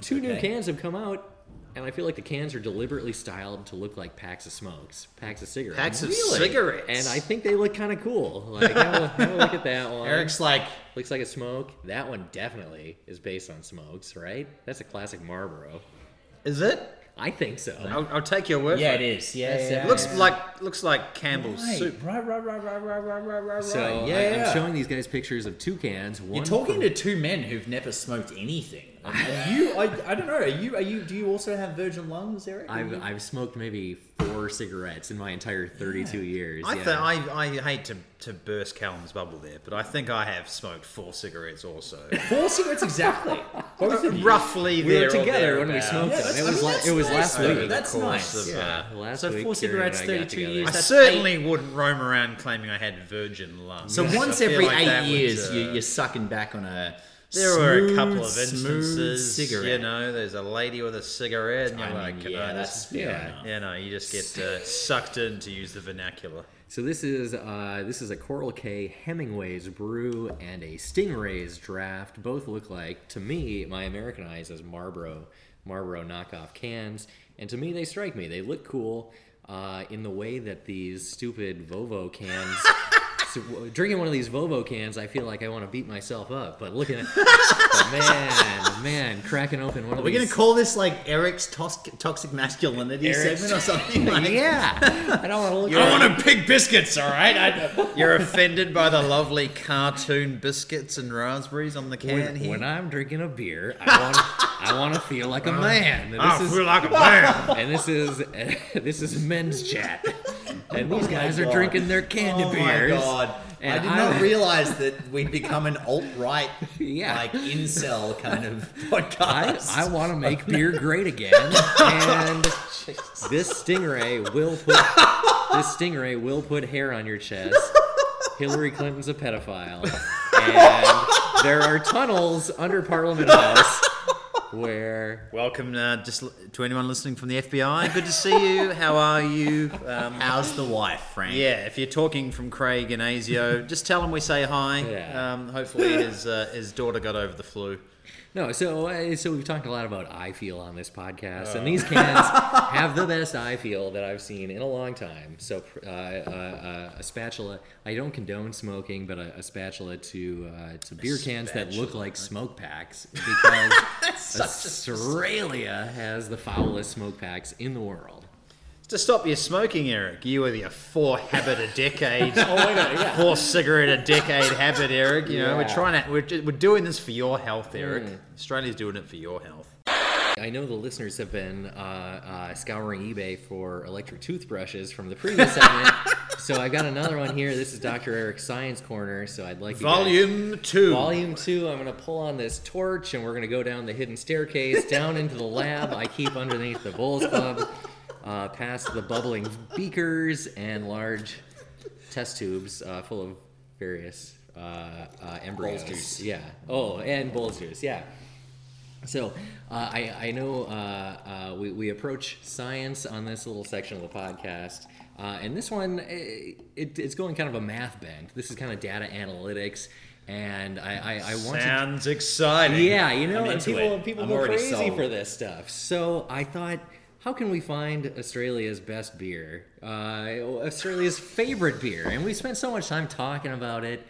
S4: Two new
S1: okay.
S4: cans have come out, and I feel like the cans are deliberately styled to look like packs of smokes, packs of cigarettes.
S2: Packs of cigarettes.
S4: And I think they look kind of cool. Like, have a, have a look at
S1: *laughs*
S4: that one.
S1: Eric's like,
S4: Looks like a smoke. That one definitely is based on smokes, right? That's a classic Marlboro.
S2: Is it?
S4: I think so.
S2: I'll, I'll take your word
S1: yeah, it
S2: for it.
S1: is. Yeah,
S4: That's
S1: yeah,
S4: it.
S1: yeah.
S2: Looks like looks like Campbell's
S1: right.
S2: soup.
S1: Right, right, right, right, right, right, right, right.
S4: So
S1: right.
S4: I,
S1: yeah.
S4: am showing these guys pictures of two cans. One
S1: You're talking
S4: from-
S1: to two men who've never smoked anything. And you, I, I don't know. Are you, are you? Do you also have virgin lungs, Eric? Are you-
S4: I've, I've smoked maybe four cigaretes in my entire 32 years.
S2: I,
S4: yeah.
S2: th- I, I hate to, to burst Callum's bubble there, but I think I have smoked four cigarettes also. *laughs*
S1: Four cigarettes exactly. Both of you.
S2: Roughly
S4: we were
S2: there or
S4: together when we
S2: thereabouts.
S4: smoked
S1: Yeah,
S4: them.
S1: that's-
S4: It
S1: I
S4: was,
S1: mean,
S4: la-
S1: that's
S4: it was
S1: nice,
S4: last
S1: though.
S4: week.
S1: That's
S2: Of course,
S1: nice.
S2: the-
S4: yeah, last
S1: So
S4: week.
S1: four
S4: Kieran and
S1: cigarettes,
S4: I got
S1: 32
S4: together.
S1: years,
S2: I
S1: That's
S2: certainly wouldn't roam around claiming I had virgin lungs.
S1: So
S2: I
S1: once
S2: feel
S1: every
S2: like that
S1: eight
S2: would,
S1: years,
S2: uh,
S1: you, you're sucking back on a.
S2: There were a couple of
S1: smooth, smooth
S2: instances,
S1: Cigarette.
S2: you know, there's a lady with a cigarette, and you're
S1: I
S2: like,
S1: mean,
S2: oh,
S1: yeah,
S2: this
S1: that's
S2: is-
S1: fair
S4: yeah.
S1: enough.
S2: you know, you just get uh, sucked in to use the vernacular.
S4: So this is uh, this is a Coral K Hemingway's brew and a Stingray's draft. Both look like to me, my American eyes as Marlboro Marlboro knockoff cans, and to me they strike me. They look cool uh, in the way that these stupid Vovo cans. *laughs* so, w- drinking one of these Vovo cans, I feel like I want to beat myself up. But looking at but man, man, cracking open one of
S1: We're
S4: these.
S1: gonna call this like Eric's tos- toxic masculinity
S4: Eric's-
S1: segment or
S2: *laughs*
S1: something. Like,
S4: yeah, I don't want to look.
S1: I want to pig biscuits, all right? I, *laughs*
S2: You're offended by the lovely cartoon biscuits and raspberries on the can
S4: when,
S2: here.
S4: when I'm drinking a beer, I want I want to feel like a man. And
S2: I
S4: this
S2: feel
S4: is
S2: like a man.
S4: *laughs* and this is this is men's chat, and these
S1: my
S4: guys are
S1: God.
S4: drinking their candy
S1: oh
S4: beers.
S1: my god! I
S4: And
S1: did
S4: I-
S2: *laughs*
S1: not realize that we'd become an alt right,
S4: Yeah.
S1: like incel kind of
S4: I,
S1: podcast.
S4: I want to make beer great again, and this stingray will put this stingray will put hair on your chest. Hillary Clinton's a pedophile, and there are tunnels under Parliament House where
S2: Welcome uh, just l- to anyone listening from the FBI. Good to see you. How are you? Um,
S1: How's the wife, Frank?
S2: yeah, if you're talking from Craig and Asio, just tell him we say hi.
S4: Yeah.
S2: Um, hopefully his uh, his daughter got over the flu.
S4: No, so uh, so we've talked a lot about I feel on this podcast, and these cans have the best I feel that I've seen in a long time. So uh, uh, uh, a spatula. I don't condone smoking, but a, a spatula to uh, to beer cans that look like smoke packs because Australia has the foulest smoke packs in the world.
S2: To stop you smoking, Eric, you with your four habit a decade, four cigarette a decade habit, Eric. You know, we're
S4: Yeah.
S2: trying to, we're, ju- we're doing this for your health, Eric. Australia's doing it for your health.
S4: I know the listeners have been uh, uh, scouring eBay for electric toothbrushes from the previous segment, so I've got another one here. This is Dr. Eric's Science Corner, so I'd like you guys-
S2: Volume two.
S4: Volume two, I'm gonna pull on this torch and we're gonna go down the hidden staircase, down into the lab I keep underneath the Bulls Club, uh, past the bubbling beakers and large test tubes uh, full of various uh, uh, embryos.
S1: juice.
S4: Yeah. Oh, and Bulls juice. Yeah. So uh, I, I know uh, uh, we, we approach science on this little section of the podcast. Uh, and this one, eh, it, it's going kind of a math bent. This is kind of data analytics. And I, I, I want to
S2: Sounds exciting.
S4: yeah, you know,
S1: I'm
S4: and
S1: into
S4: people
S1: it.
S4: people
S1: I'm
S4: go
S1: already
S4: crazy
S1: sold.
S4: for this stuff. So I thought, how can we find Australia's best beer, uh, Australia's favorite beer? And we spent so much time talking about it.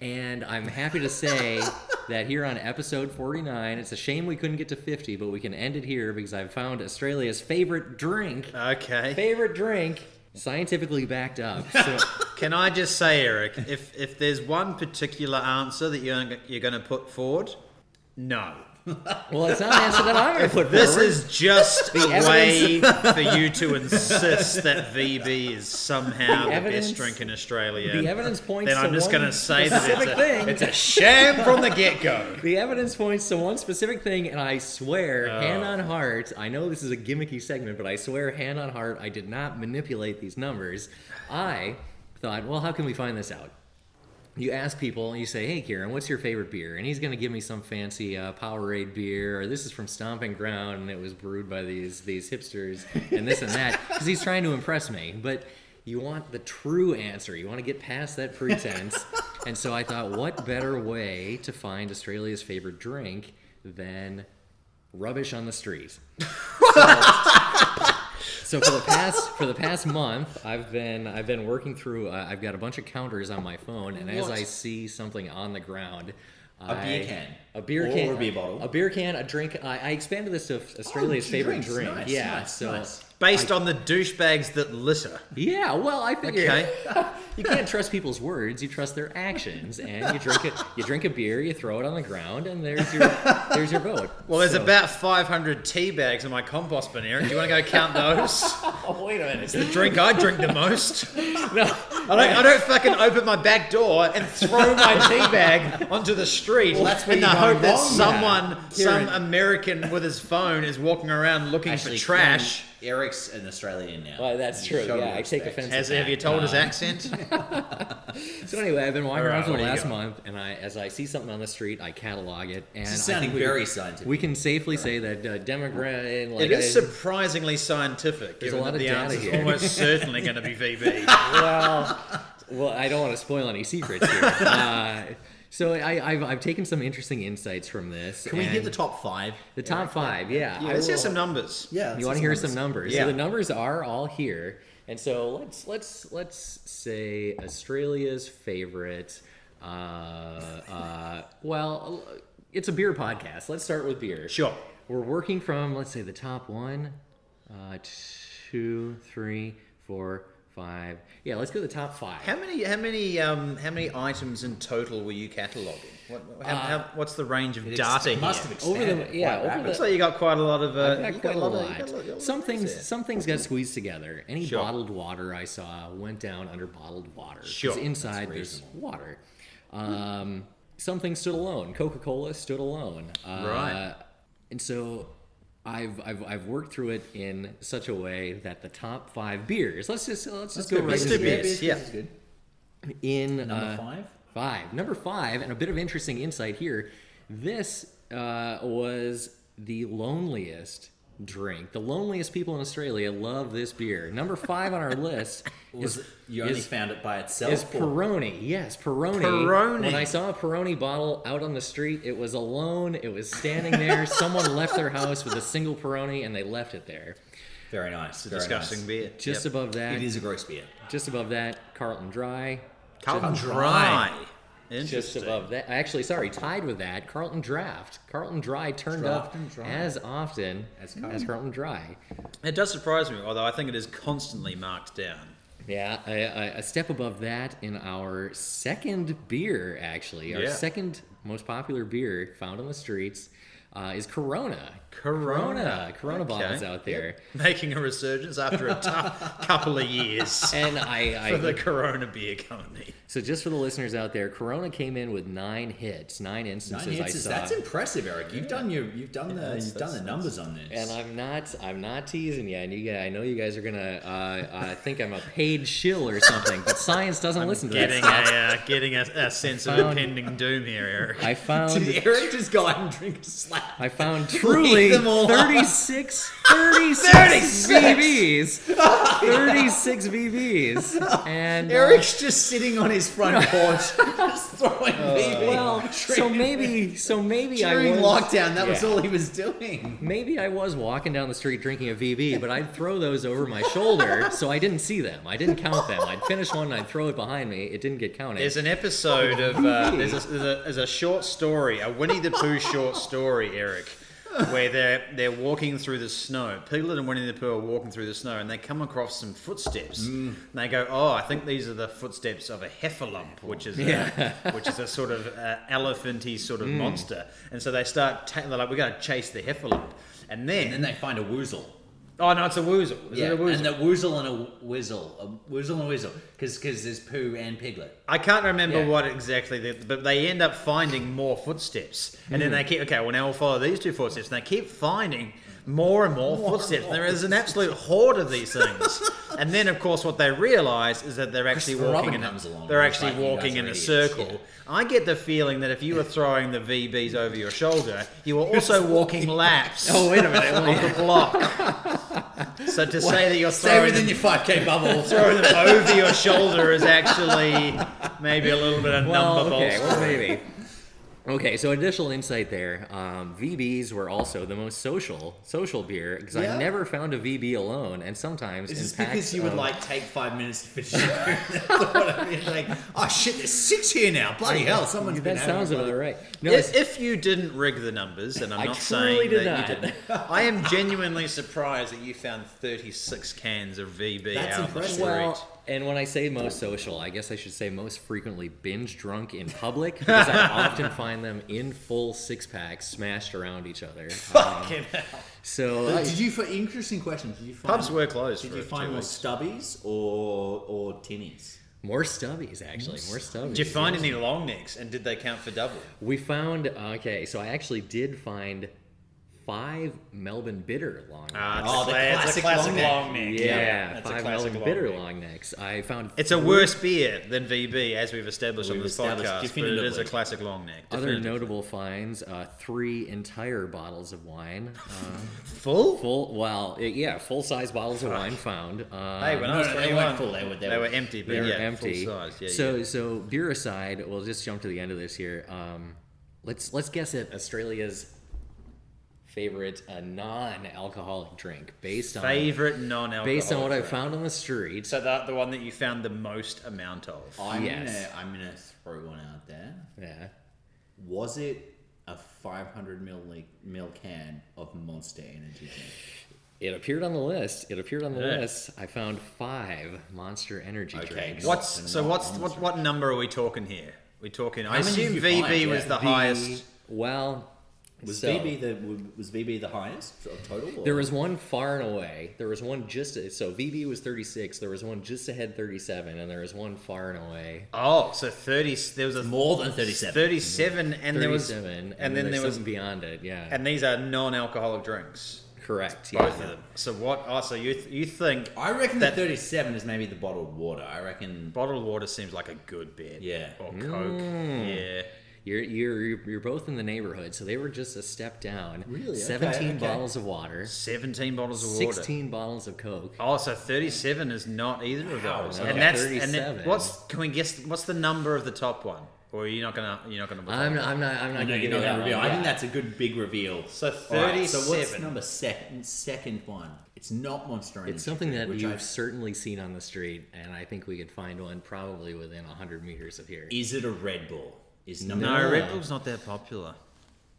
S4: And I'm happy
S2: *laughs*
S4: to say that here on episode 49, it's a shame we couldn't get to 50, but we can end it here because I've found Australia's favorite drink,
S2: Okay.
S4: favorite drink, scientifically backed up. So,
S2: Can I just say, Eric, if if there's one particular answer that you're you're going to put forward, No.
S4: Well, it's not an answer that I'm going to put
S2: This
S4: forward.
S2: is
S4: *laughs*
S2: just a
S4: evidence-
S2: way for you to insist that VB is somehow the,
S4: evidence-
S2: best drink in Australia.
S4: the evidence points
S2: Then I'm
S4: to
S2: just
S4: one
S2: going to say that it's
S4: specific
S2: a,
S4: thing.
S2: it's a sham from the get
S4: *laughs*
S2: go.
S4: The evidence points to one specific thing, and I swear, hand on heart, I know this is a gimmicky segment, but I swear, hand on heart, I did not manipulate these numbers. I thought, well, how can we find this out? You ask people, and you say, hey, Kieran, what's your favorite beer? And he's going to give me some fancy uh, Powerade beer, or this is from Stomping Ground, and it was brewed by these, these hipsters, and this and that, because he's trying to impress me. But you want the true answer. You want to get past that pretense. and so I thought, what better way to find Australia's favorite drink than rubbish on
S1: *laughs*
S4: the street? So for the past for the past month, I've been I've been working through. Uh, I've got a bunch of counters on my phone, and as
S1: What?
S4: I see something on the ground, a
S1: beer can.
S4: a beer
S1: Or
S4: can,
S1: a beer bottle. Oh,
S4: a beer can, a drink. I, I expanded this to Australia's favorite
S1: drinks,
S4: drink.
S1: nice,
S4: yeah,
S1: nice,
S4: so
S1: nice.
S2: Based on the douchebags that litter.
S4: yeah. Well, I figure
S2: Okay.
S4: you can't trust people's words. You trust their actions, and you drink it. You drink a beer, you throw it on the ground, and there's your there's your vote.
S2: Well, there's
S4: So-
S2: about 500 tea bags in my compost bin, Eric. Do you want to go count
S4: *laughs*
S2: those?
S4: Oh, wait a minute.
S2: the drink I drink the most.
S4: No.
S2: I don't, I don't fucking open my back door and throw my tea bag onto the street
S1: that's where
S2: in the
S1: you're going
S2: hope that
S1: wrong now,
S2: someone, some
S1: Kieran.
S2: American with his phone, is walking around looking
S1: Actually,
S2: for trash.
S1: Kieran, Eric's an Australian now.
S4: Well, that's
S1: You
S4: true.
S1: show
S4: Yeah, I take
S1: respect.
S4: offense.
S2: Has have you told his accent?
S4: So anyway, I've been walking
S2: All right,
S4: around for
S2: what
S4: the
S2: do you
S4: last
S2: got?
S4: month, and I, as I see something on the street, I catalog it. And
S1: This is
S4: I
S1: sounding
S4: think we-
S1: very scientific.
S4: We can safely say that uh, demographic. Like,
S2: it is
S4: I-
S2: surprisingly scientific.
S4: There's a
S2: given
S4: lot
S2: that
S4: of
S2: the
S4: data
S2: answer's
S4: here.
S2: almost certainly going to be VB.
S4: *laughs* well, well, I don't want to spoil any secrets here. Uh, so I, I've, I've taken some interesting insights from this.
S1: Can we hear
S4: and
S1: the top five?
S4: the top five? Yeah, I
S2: Let's hear
S4: will-
S2: some numbers.
S1: Yeah.
S4: You want to hear some numbers?
S2: Yeah.
S4: So the numbers are all here, and so let's let's let's say Australia's favorite. Uh, uh, well, it's a beer podcast. Let's start with beer.
S2: Sure.
S4: We're working from let's say the top one, uh, two, three, four, five. Yeah, let's go to the top five.
S2: How many? How many? Um, how many items in total were you cataloguing? What, how, how, what's the range of data here?
S1: Must have
S4: Over
S1: expanded.
S4: the yeah, over the,
S2: Looks like you got quite a lot of. Uh,
S4: Not
S2: you got
S4: quite a
S2: lot of- you got a lot- you got a
S4: lot.
S2: lot
S4: Some
S2: of things
S4: things,
S2: there.
S4: some things got squeezed together. Any
S2: Sure.
S4: bottled water I saw went down under bottled water. 'cause
S2: Sure.
S4: inside there's water. Um, some things stood alone. Coca Cola stood alone. Uh,
S2: Right.
S4: And so. I've, I've, I've worked through it in such a way that the top five beers. Let's just let's just go right
S2: Let's
S4: into
S2: do
S4: it.
S2: beers, yeah.
S1: good.
S4: in
S1: Number
S4: uh,
S1: five?
S4: Five. Number five, and a bit of interesting insight here. This uh, was the loneliest drink. The loneliest people in Australia love this beer. Number five on our
S1: *laughs*
S4: list
S1: Was
S4: is,
S1: it- you only
S4: is-
S1: found it by itself?
S4: is
S1: or-
S4: Peroni. Yes, Peroni.
S2: Peroni.
S4: When I saw a Peroni bottle out on the street, it was alone. It was standing there.
S1: *laughs*
S4: Someone left their house with a single Peroni, and they left it there.
S1: Very nice. very
S2: Disgusting
S1: nice.
S2: beer.
S4: Just above that,
S1: It is a gross beer.
S4: just above that, Carlton Dry.
S2: Carlton
S1: Just-
S2: dry.
S4: just
S2: Interesting.
S4: above that. Actually, sorry, tied with that, Carlton Draft. Carlton Dry turned up
S1: Draft and Dry.
S4: as often as Carlton. Dry.
S2: It does surprise me, although I think it is constantly marked down. *laughs*
S4: Yeah, a, a- a step above that in our second beer, actually, our
S2: Yeah.
S4: second most popular beer found on the streets uh, is Corona.
S2: Corona.
S4: Corona, Corona
S2: Okay.
S4: bottles out there.
S2: Making a resurgence after a
S4: *laughs*
S2: tough couple of years
S4: And I, I
S2: for the Corona Beer Company.
S4: so just for the listeners out there, Corona came in with nine hits, nine
S1: Nine
S4: instances.
S1: hits
S4: I
S1: is,
S4: saw.
S1: that's impressive, Eric. You've done your you've done the
S2: that's-
S1: you've done the
S2: that's-
S1: numbers on this.
S4: And I'm not, I'm not teasing you. And you, guys- I know you guys are gonna uh, uh, think I'm a paid shill or something, but science doesn't listen to
S2: Getting a,
S4: that.
S2: uh, getting a, a sense of
S4: Found-
S2: impending doom here, Eric.
S4: I found,
S1: *laughs* Did Eric just go out and drink a slap?
S4: I found truly
S1: them all up.
S4: 36, 36,
S1: 36.
S4: VBs, 36 VBs, and uh,
S1: Eric's just sitting on his front porch, just throwing people.
S4: well, so maybe, so maybe
S1: during
S4: I was,
S1: lockdown, that was
S4: Yeah.
S1: all he was doing.
S4: Maybe I was walking down the street drinking a VB, but I'd throw those over my shoulder, so I didn't see them. I didn't count them. I'd finish one and I'd throw it behind me. It didn't get counted.
S2: There's an episode of uh, there's, a, there's, a, there's a short story, a Winnie the Pooh short story, Eric, where they're they're walking through the snow. Piglet and Winnie the Pooh are walking through the snow, and they come across some footsteps.
S1: Mm.
S2: And they go, "Oh, I think these are the footsteps of a heffalump, which is a, *laughs* which is a sort of uh, elephanty sort
S1: Mm.
S2: of monster." And so they start ta- they're like, "We're going to chase the heffalump," and then,
S1: And then they find a woozle.
S2: oh no, it's a woozle. Is
S1: Yeah,
S2: it a woozle?
S1: and the woozle and a whizzle, a woozle and a whizzle, because there's poo and piglet.
S2: I can't remember
S1: Yeah.
S2: what exactly, the, but they end up finding more footsteps, and
S1: Hmm.
S2: then they keep okay. Well, now we'll follow these two footsteps, and they keep finding more and more, footsteps.
S1: more
S2: there is an absolute horde of these things, and then of course what they realise is that they're actually
S1: Christopher
S2: walking
S1: Robin
S2: in a,
S1: comes along
S2: they're
S1: and he's
S2: actually
S1: like, "You guys
S2: walking
S1: are
S2: in a
S1: idiots,"
S2: circle.
S1: yeah.
S2: I get the feeling that if you were throwing the VBs over your shoulder, you were also walking laps
S4: Oh, wait a minute.
S2: of
S1: *laughs*
S2: the block. so to say that you're
S1: Stay
S2: throwing
S1: within your 5k *laughs* bubble.
S2: throwing them over your shoulder is actually maybe a little bit of
S4: well,
S2: number
S4: okay,
S1: *laughs*
S2: bolster.
S4: well, maybe. Okay, so additional insight there. Um, VBs were also the most social social beer because
S1: Yeah.
S4: I never found a VB alone, and sometimes
S1: Is
S4: in
S1: this
S4: packs
S1: because you would
S4: of-
S1: like take five minutes to finish your beer? *laughs* That's what I mean. Like, oh shit, there's six here now. Bloody hell, someone's been
S4: That sounds
S1: having a
S4: about right. No,
S2: If,
S4: it's-
S2: if you didn't rig the numbers, and I'm
S4: I
S2: not
S4: truly
S2: saying
S4: did
S2: that you
S4: not.
S2: didn't, I am genuinely surprised that you found 36 cans of VB
S1: That's
S2: out of the
S1: impressive.
S2: street.
S4: well. And when I say most social, I guess I should say most frequently binge drunk in
S1: *laughs*
S4: public because I often find them in full six packs smashed around each other. Um,
S2: Fucking hell.
S4: So
S1: But
S4: I-
S1: did you for interesting question? Did you find,
S2: Pubs were closed
S1: Did
S2: for
S1: you
S2: two
S1: find more
S2: weeks.
S1: stubbies or or tinnies?
S4: more stubbies actually, more stubbies.
S2: Did you find any long necks, and did they count for double?
S4: We found uh, okay, so I actually did find five Melbourne bitter long.
S2: Ah,
S1: Oh, the
S2: cla-
S1: classic long neck.
S2: neck.
S4: necks. yeah,
S2: that's a
S4: five
S2: classic
S4: Melbourne
S2: long
S4: bitter
S2: neck.
S4: long necks. I found
S2: It's a worse beer than VB, as we've established on
S1: We've
S2: this
S1: established
S2: podcast, but it is a
S1: definitively.
S2: classic long neck.
S4: other
S2: definitively.
S4: notable finds: uh, three entire bottles of wine, uh,
S2: Full?
S4: full well, yeah, full size bottles of wine found. Uh,
S2: Hey, when I
S1: No,
S2: was
S1: no, they
S2: 21,
S1: weren't full, they were- they
S2: they
S1: were-
S2: were empty, but
S4: they were
S2: yeah,
S4: empty.
S2: full size. Yeah,
S4: so
S2: yeah.
S4: so beer aside, we'll just jump to the end of this here. Um, let's let's guess it Australia's favorite uh, non-alcoholic drink based on
S2: favorite non-alcoholic.
S4: based on what I
S2: drink.
S4: found on the street.
S2: So the the one that you found the most amount of.
S1: I'm
S4: Yes.
S1: gonna I'm gonna throw one out there.
S4: Yeah.
S1: Was it a 500 mil mil can of Monster Energy drink?
S4: It appeared on the list. It appeared on the
S2: Yeah.
S4: list. I found five Monster Energy
S1: Okay,
S4: drinks.
S1: what-
S2: What's
S1: Not
S2: so? What's
S1: on the
S2: what?
S1: street.
S2: What number are we talking here? We talking? I
S1: How many did
S2: assume
S1: you
S2: VB
S1: find?
S2: was
S1: Yeah.
S2: the
S4: The-
S2: highest.
S4: Well,
S1: Was
S4: so,
S1: VB the was VB the highest of total? Or?
S4: There was one far and away. There was one just so VB was 36. There was one just ahead 37, and there was one far and away.
S2: Oh, so thirty. There was a
S1: more than 37.
S2: Thirty-seven, and there was,
S4: 37,
S2: and,
S4: and,
S2: then there was,
S4: something beyond it. Yeah,
S2: and these are non-alcoholic drinks.
S4: correct. Yeah.
S2: Both of them. So what? Oh, so you th- you think
S1: I reckon
S2: That-
S1: the 37 is maybe the bottled water. I reckon.
S2: bottled water seems like a good bet?
S1: Yeah.
S2: Or Coke.
S4: Mm.
S2: Yeah.
S4: You're, you're you're you're both in the neighborhood, so they were just a step down.
S1: Really? Okay,
S4: 17
S1: okay.
S4: bottles of water,
S2: Seventeen bottles of water.
S4: 16 bottles of Coke.
S2: Oh, so thirty-seven is not either of
S1: Wow,
S2: those,
S1: no.
S2: and that's and then
S4: 37.
S2: what's can we guess? What's the number of the top one? Or are you not gonna you're not gonna.
S4: I'm not. I'm not. I'm not
S1: No,
S4: gonna
S1: you're
S4: give
S1: not
S4: you
S1: gonna
S4: that
S1: reveal.
S4: one.
S1: I think that's a good big reveal.
S2: So
S1: All right, so what's
S2: 37.
S1: number second? Second one. It's not Monster Energy.
S4: It's something that
S1: which
S4: you've
S1: I've-
S4: certainly seen on the street, and I think we could find one probably within 100 meters of here.
S1: Is it a Red Bull? Is number
S2: No,
S1: one.
S2: Red Bull's not that popular.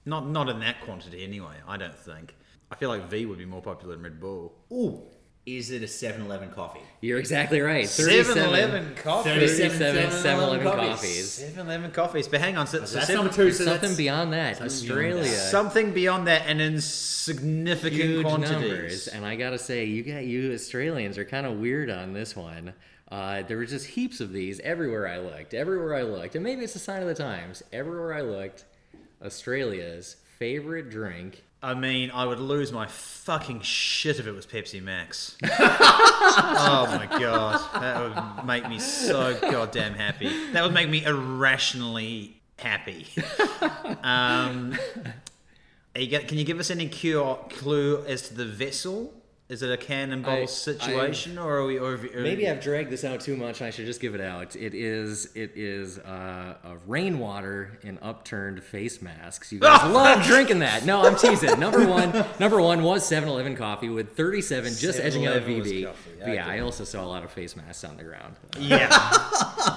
S2: Not not in that quantity anyway. I don't think. I feel like V would be more popular than Red Bull.
S1: Ooh, is it a 7-Eleven coffee?
S4: You're exactly right.
S2: 7
S4: 37.
S2: Eleven coffees.
S1: 37
S4: 37
S1: 7-Eleven
S4: 7-Eleven
S1: coffees.
S4: coffees.
S2: 7 Eleven coffees. But hang on. So,
S1: So
S2: so
S1: that's
S2: seven-
S1: number two. So
S4: Something
S1: that's-
S4: beyond that.
S1: something beyond
S4: Australia.
S1: that.
S2: something beyond that and in significant
S4: huge
S2: quantities.
S4: numbers. And I gotta say, you got you Australians are kind of weird on this one. Uh, there were just heaps of these everywhere I looked. Everywhere I looked, and maybe it's a sign of the times. Everywhere I looked, Australia's favorite drink.
S2: I mean, I would lose my fucking shit if it was Pepsi *laughs* Max. oh my god, that would make me so goddamn happy. That would make me irrationally happy. Um, are you get, can you give us any cue, clue as to the vessel? Is it a can and
S4: I-
S2: bottle situation, or are we? Or, have- or
S4: Maybe I've dragged this out too much. I should just give it out. It is. It is uh, a rainwater in upturned face masks. You guys love drinking that. No, I'm teasing. Number one. Number one was 7-Eleven coffee with 37, just edging out
S2: 7-Eleven was
S4: VB.
S2: coffee.
S4: But yeah, I also saw a lot of face masks on the ground.
S2: yeah.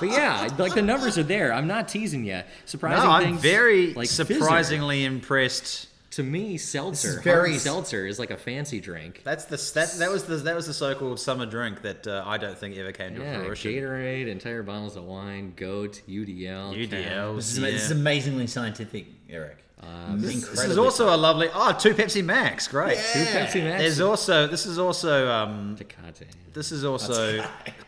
S4: But yeah, like the numbers are there. I'm not teasing you.
S2: no,
S4: Surprising
S2: I'm
S4: things.
S2: very
S4: like fizzer.
S2: surprisingly impressed
S4: To me, seltzer, hard
S1: very s-
S4: seltzer, is like a fancy drink.
S2: That's the that, that was the that was the so-called summer drink that uh, I don't think ever came to
S4: Yeah,
S2: fruition.
S4: Gatorade, entire bottles of wine, goat, UDL, Tab.
S1: This
S2: UDLs.
S1: is, this is
S2: yeah.
S1: amazingly scientific, Eric. Um, this,
S2: This is also a lovely. Oh, two Pepsi Max. Great.
S4: Two Pepsi Max.
S2: There's also this is also um,
S4: Tecate.
S2: this is also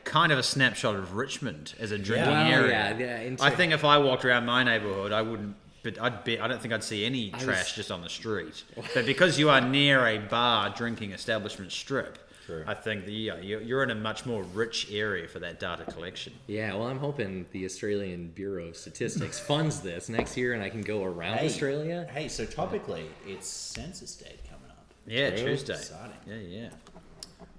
S2: kind of a snapshot of Richmond as a drinking
S4: Well,
S2: area.
S4: yeah, yeah, in
S2: I
S4: ter-
S2: think if I walked around my neighborhood, I wouldn't. But I'd be. I don't think I'd see any
S4: was-
S2: trash just on the street. But because you are near a bar drinking establishment strip,
S1: True.
S2: I think that yeah, you're, you're in a much more rich area for that data collection.
S4: Yeah, well, I'm hoping the Australian Bureau of
S2: *laughs*
S4: Statistics funds this next year, and I can go around Australia.
S1: Hey, so topically, it's Census Date coming up.
S2: Yeah,
S4: True.
S2: Tuesday.
S1: Exciting.
S2: Yeah, yeah.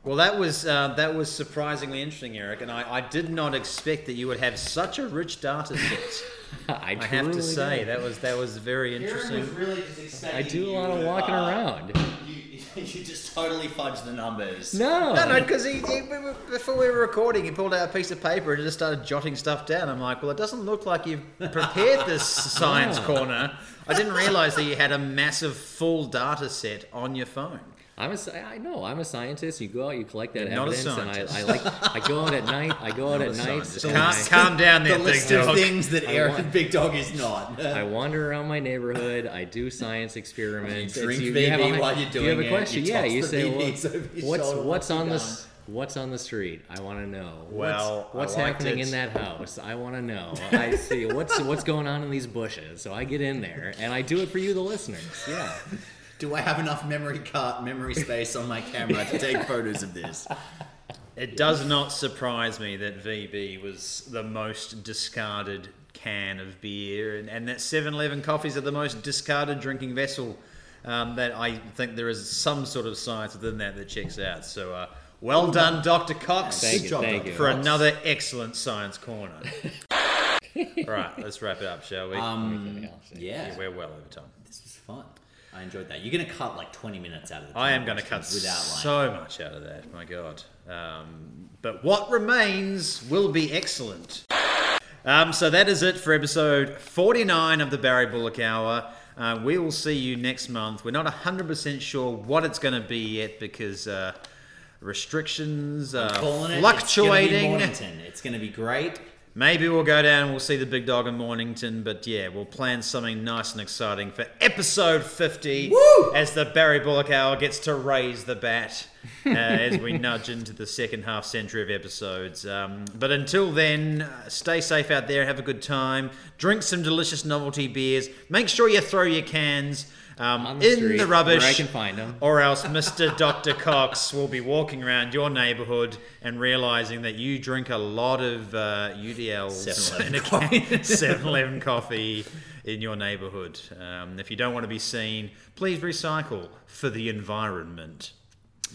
S2: Well, that was uh, that was surprisingly interesting, Eric, and I, I did not expect that you would have such a rich data set.
S4: I,
S2: I have to
S4: truly
S2: say
S4: do.
S2: that was that was very interesting.
S1: really just expecting uh,
S4: I do a lot of walking around.
S1: You, *laughs* you just totally fudge the numbers.
S4: No,
S2: No, no, because he, he, we were- before we were recording, he pulled out a piece of paper and just started jotting stuff down. I'm like, well, it doesn't look like you've prepared this science corner. I didn't realise that you had a massive full data set on your phone.
S4: I'm a, sci- I know I'm a scientist. You go out, you collect that
S2: Not a
S4: evidence, and I, I
S2: scientist.
S4: like I go out at night. I go out at night.
S2: Just
S4: and
S2: calm,
S4: I-
S2: calm down
S1: The
S2: there,
S1: list
S2: big
S1: of
S2: dog.
S1: things that
S4: I
S1: Eric
S4: want-
S1: Big Dog is not. *laughs*
S4: I wander around my neighborhood. I do science experiments.
S1: You drink
S4: It's-
S1: VB
S4: have a-
S1: while you're
S4: You have
S1: doing
S4: a
S1: it,
S4: question.
S1: you
S4: yeah,
S1: toss
S4: you
S1: the
S4: say, well,
S1: VBs *laughs* over your
S4: what's
S1: shoulder
S4: what's
S1: once
S4: on
S1: you're
S4: the s- what's on the street? I want to know.
S2: Well, I
S4: what's, what's
S2: liked
S4: happening
S2: it.
S4: in that house? I want
S1: *laughs*
S4: to know. I see what's what's going on in these bushes. So I get in there and I do it for you, the listeners. Yeah.
S1: Do I have enough memory card memory space on my camera to take photos of this?
S2: It does not surprise me that VB was the most discarded can of beer, and, and that 7 Eleven coffees are the most discarded drinking vessel. Um, that I think there is some sort of science within that that checks out. So, uh, well done, Dr. Cox,
S4: Thank
S1: Good
S4: you.
S1: job,
S4: thank
S1: Dr.
S4: you.
S2: for
S1: Cox.
S2: another excellent science corner. *laughs* right, let's wrap it up, shall we?
S1: Um,
S4: Yeah.
S1: *laughs* yeah,
S2: We're well over time.
S1: this was fun. I enjoyed that. You're gonna cut like 20 minutes out of the.
S2: I
S1: time
S2: am going to cut
S1: questions without like.
S2: so much out of that. My God. Um, but what remains will be excellent. Um, so that is it for episode 49 of the Barry Bullock Hour. Uh, we will see you next month. We're not 100% sure what it's going to be yet because uh, restrictions are
S1: Calling it, It's
S2: fluctuating.
S1: gonna, be Mornington. it's gonna be great.
S2: Maybe we'll go down and we'll see the big dog in Mornington, but yeah, we'll plan something nice and exciting for episode 50
S1: Woo!
S2: as the Barry Bullock Hour gets to raise the bat
S4: *laughs*
S2: uh, as we nudge into the second half century of episodes. Um, but until then, uh, stay safe out there, have a good time, drink some delicious novelty beers, make sure you throw your cans. Um,
S4: On the
S2: in
S4: street,
S2: the rubbish,
S4: where I can find 'em.
S2: or else Mr. Dr. Cox will be walking around your neighbourhood and realising that you drink a lot of uh, UDLs
S1: 7-Eleven
S2: and a can- *laughs* 7-Eleven coffee in your neighbourhood. Um, if you don't want to be seen, please recycle for the environment.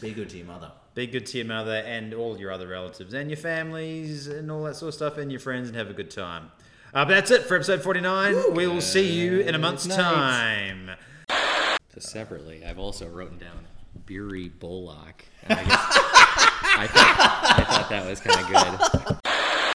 S1: Be good to your mother.
S2: Be good to your mother and all your other relatives and your families and all that sort of stuff and your friends and have a good time. Uh, but that's it for episode 49. we will see you in a month's
S4: Night.
S2: time.
S4: So separately, I've also written down *laughs* Beery Bullock. And I, guess, I, thought, I thought that was kind of good.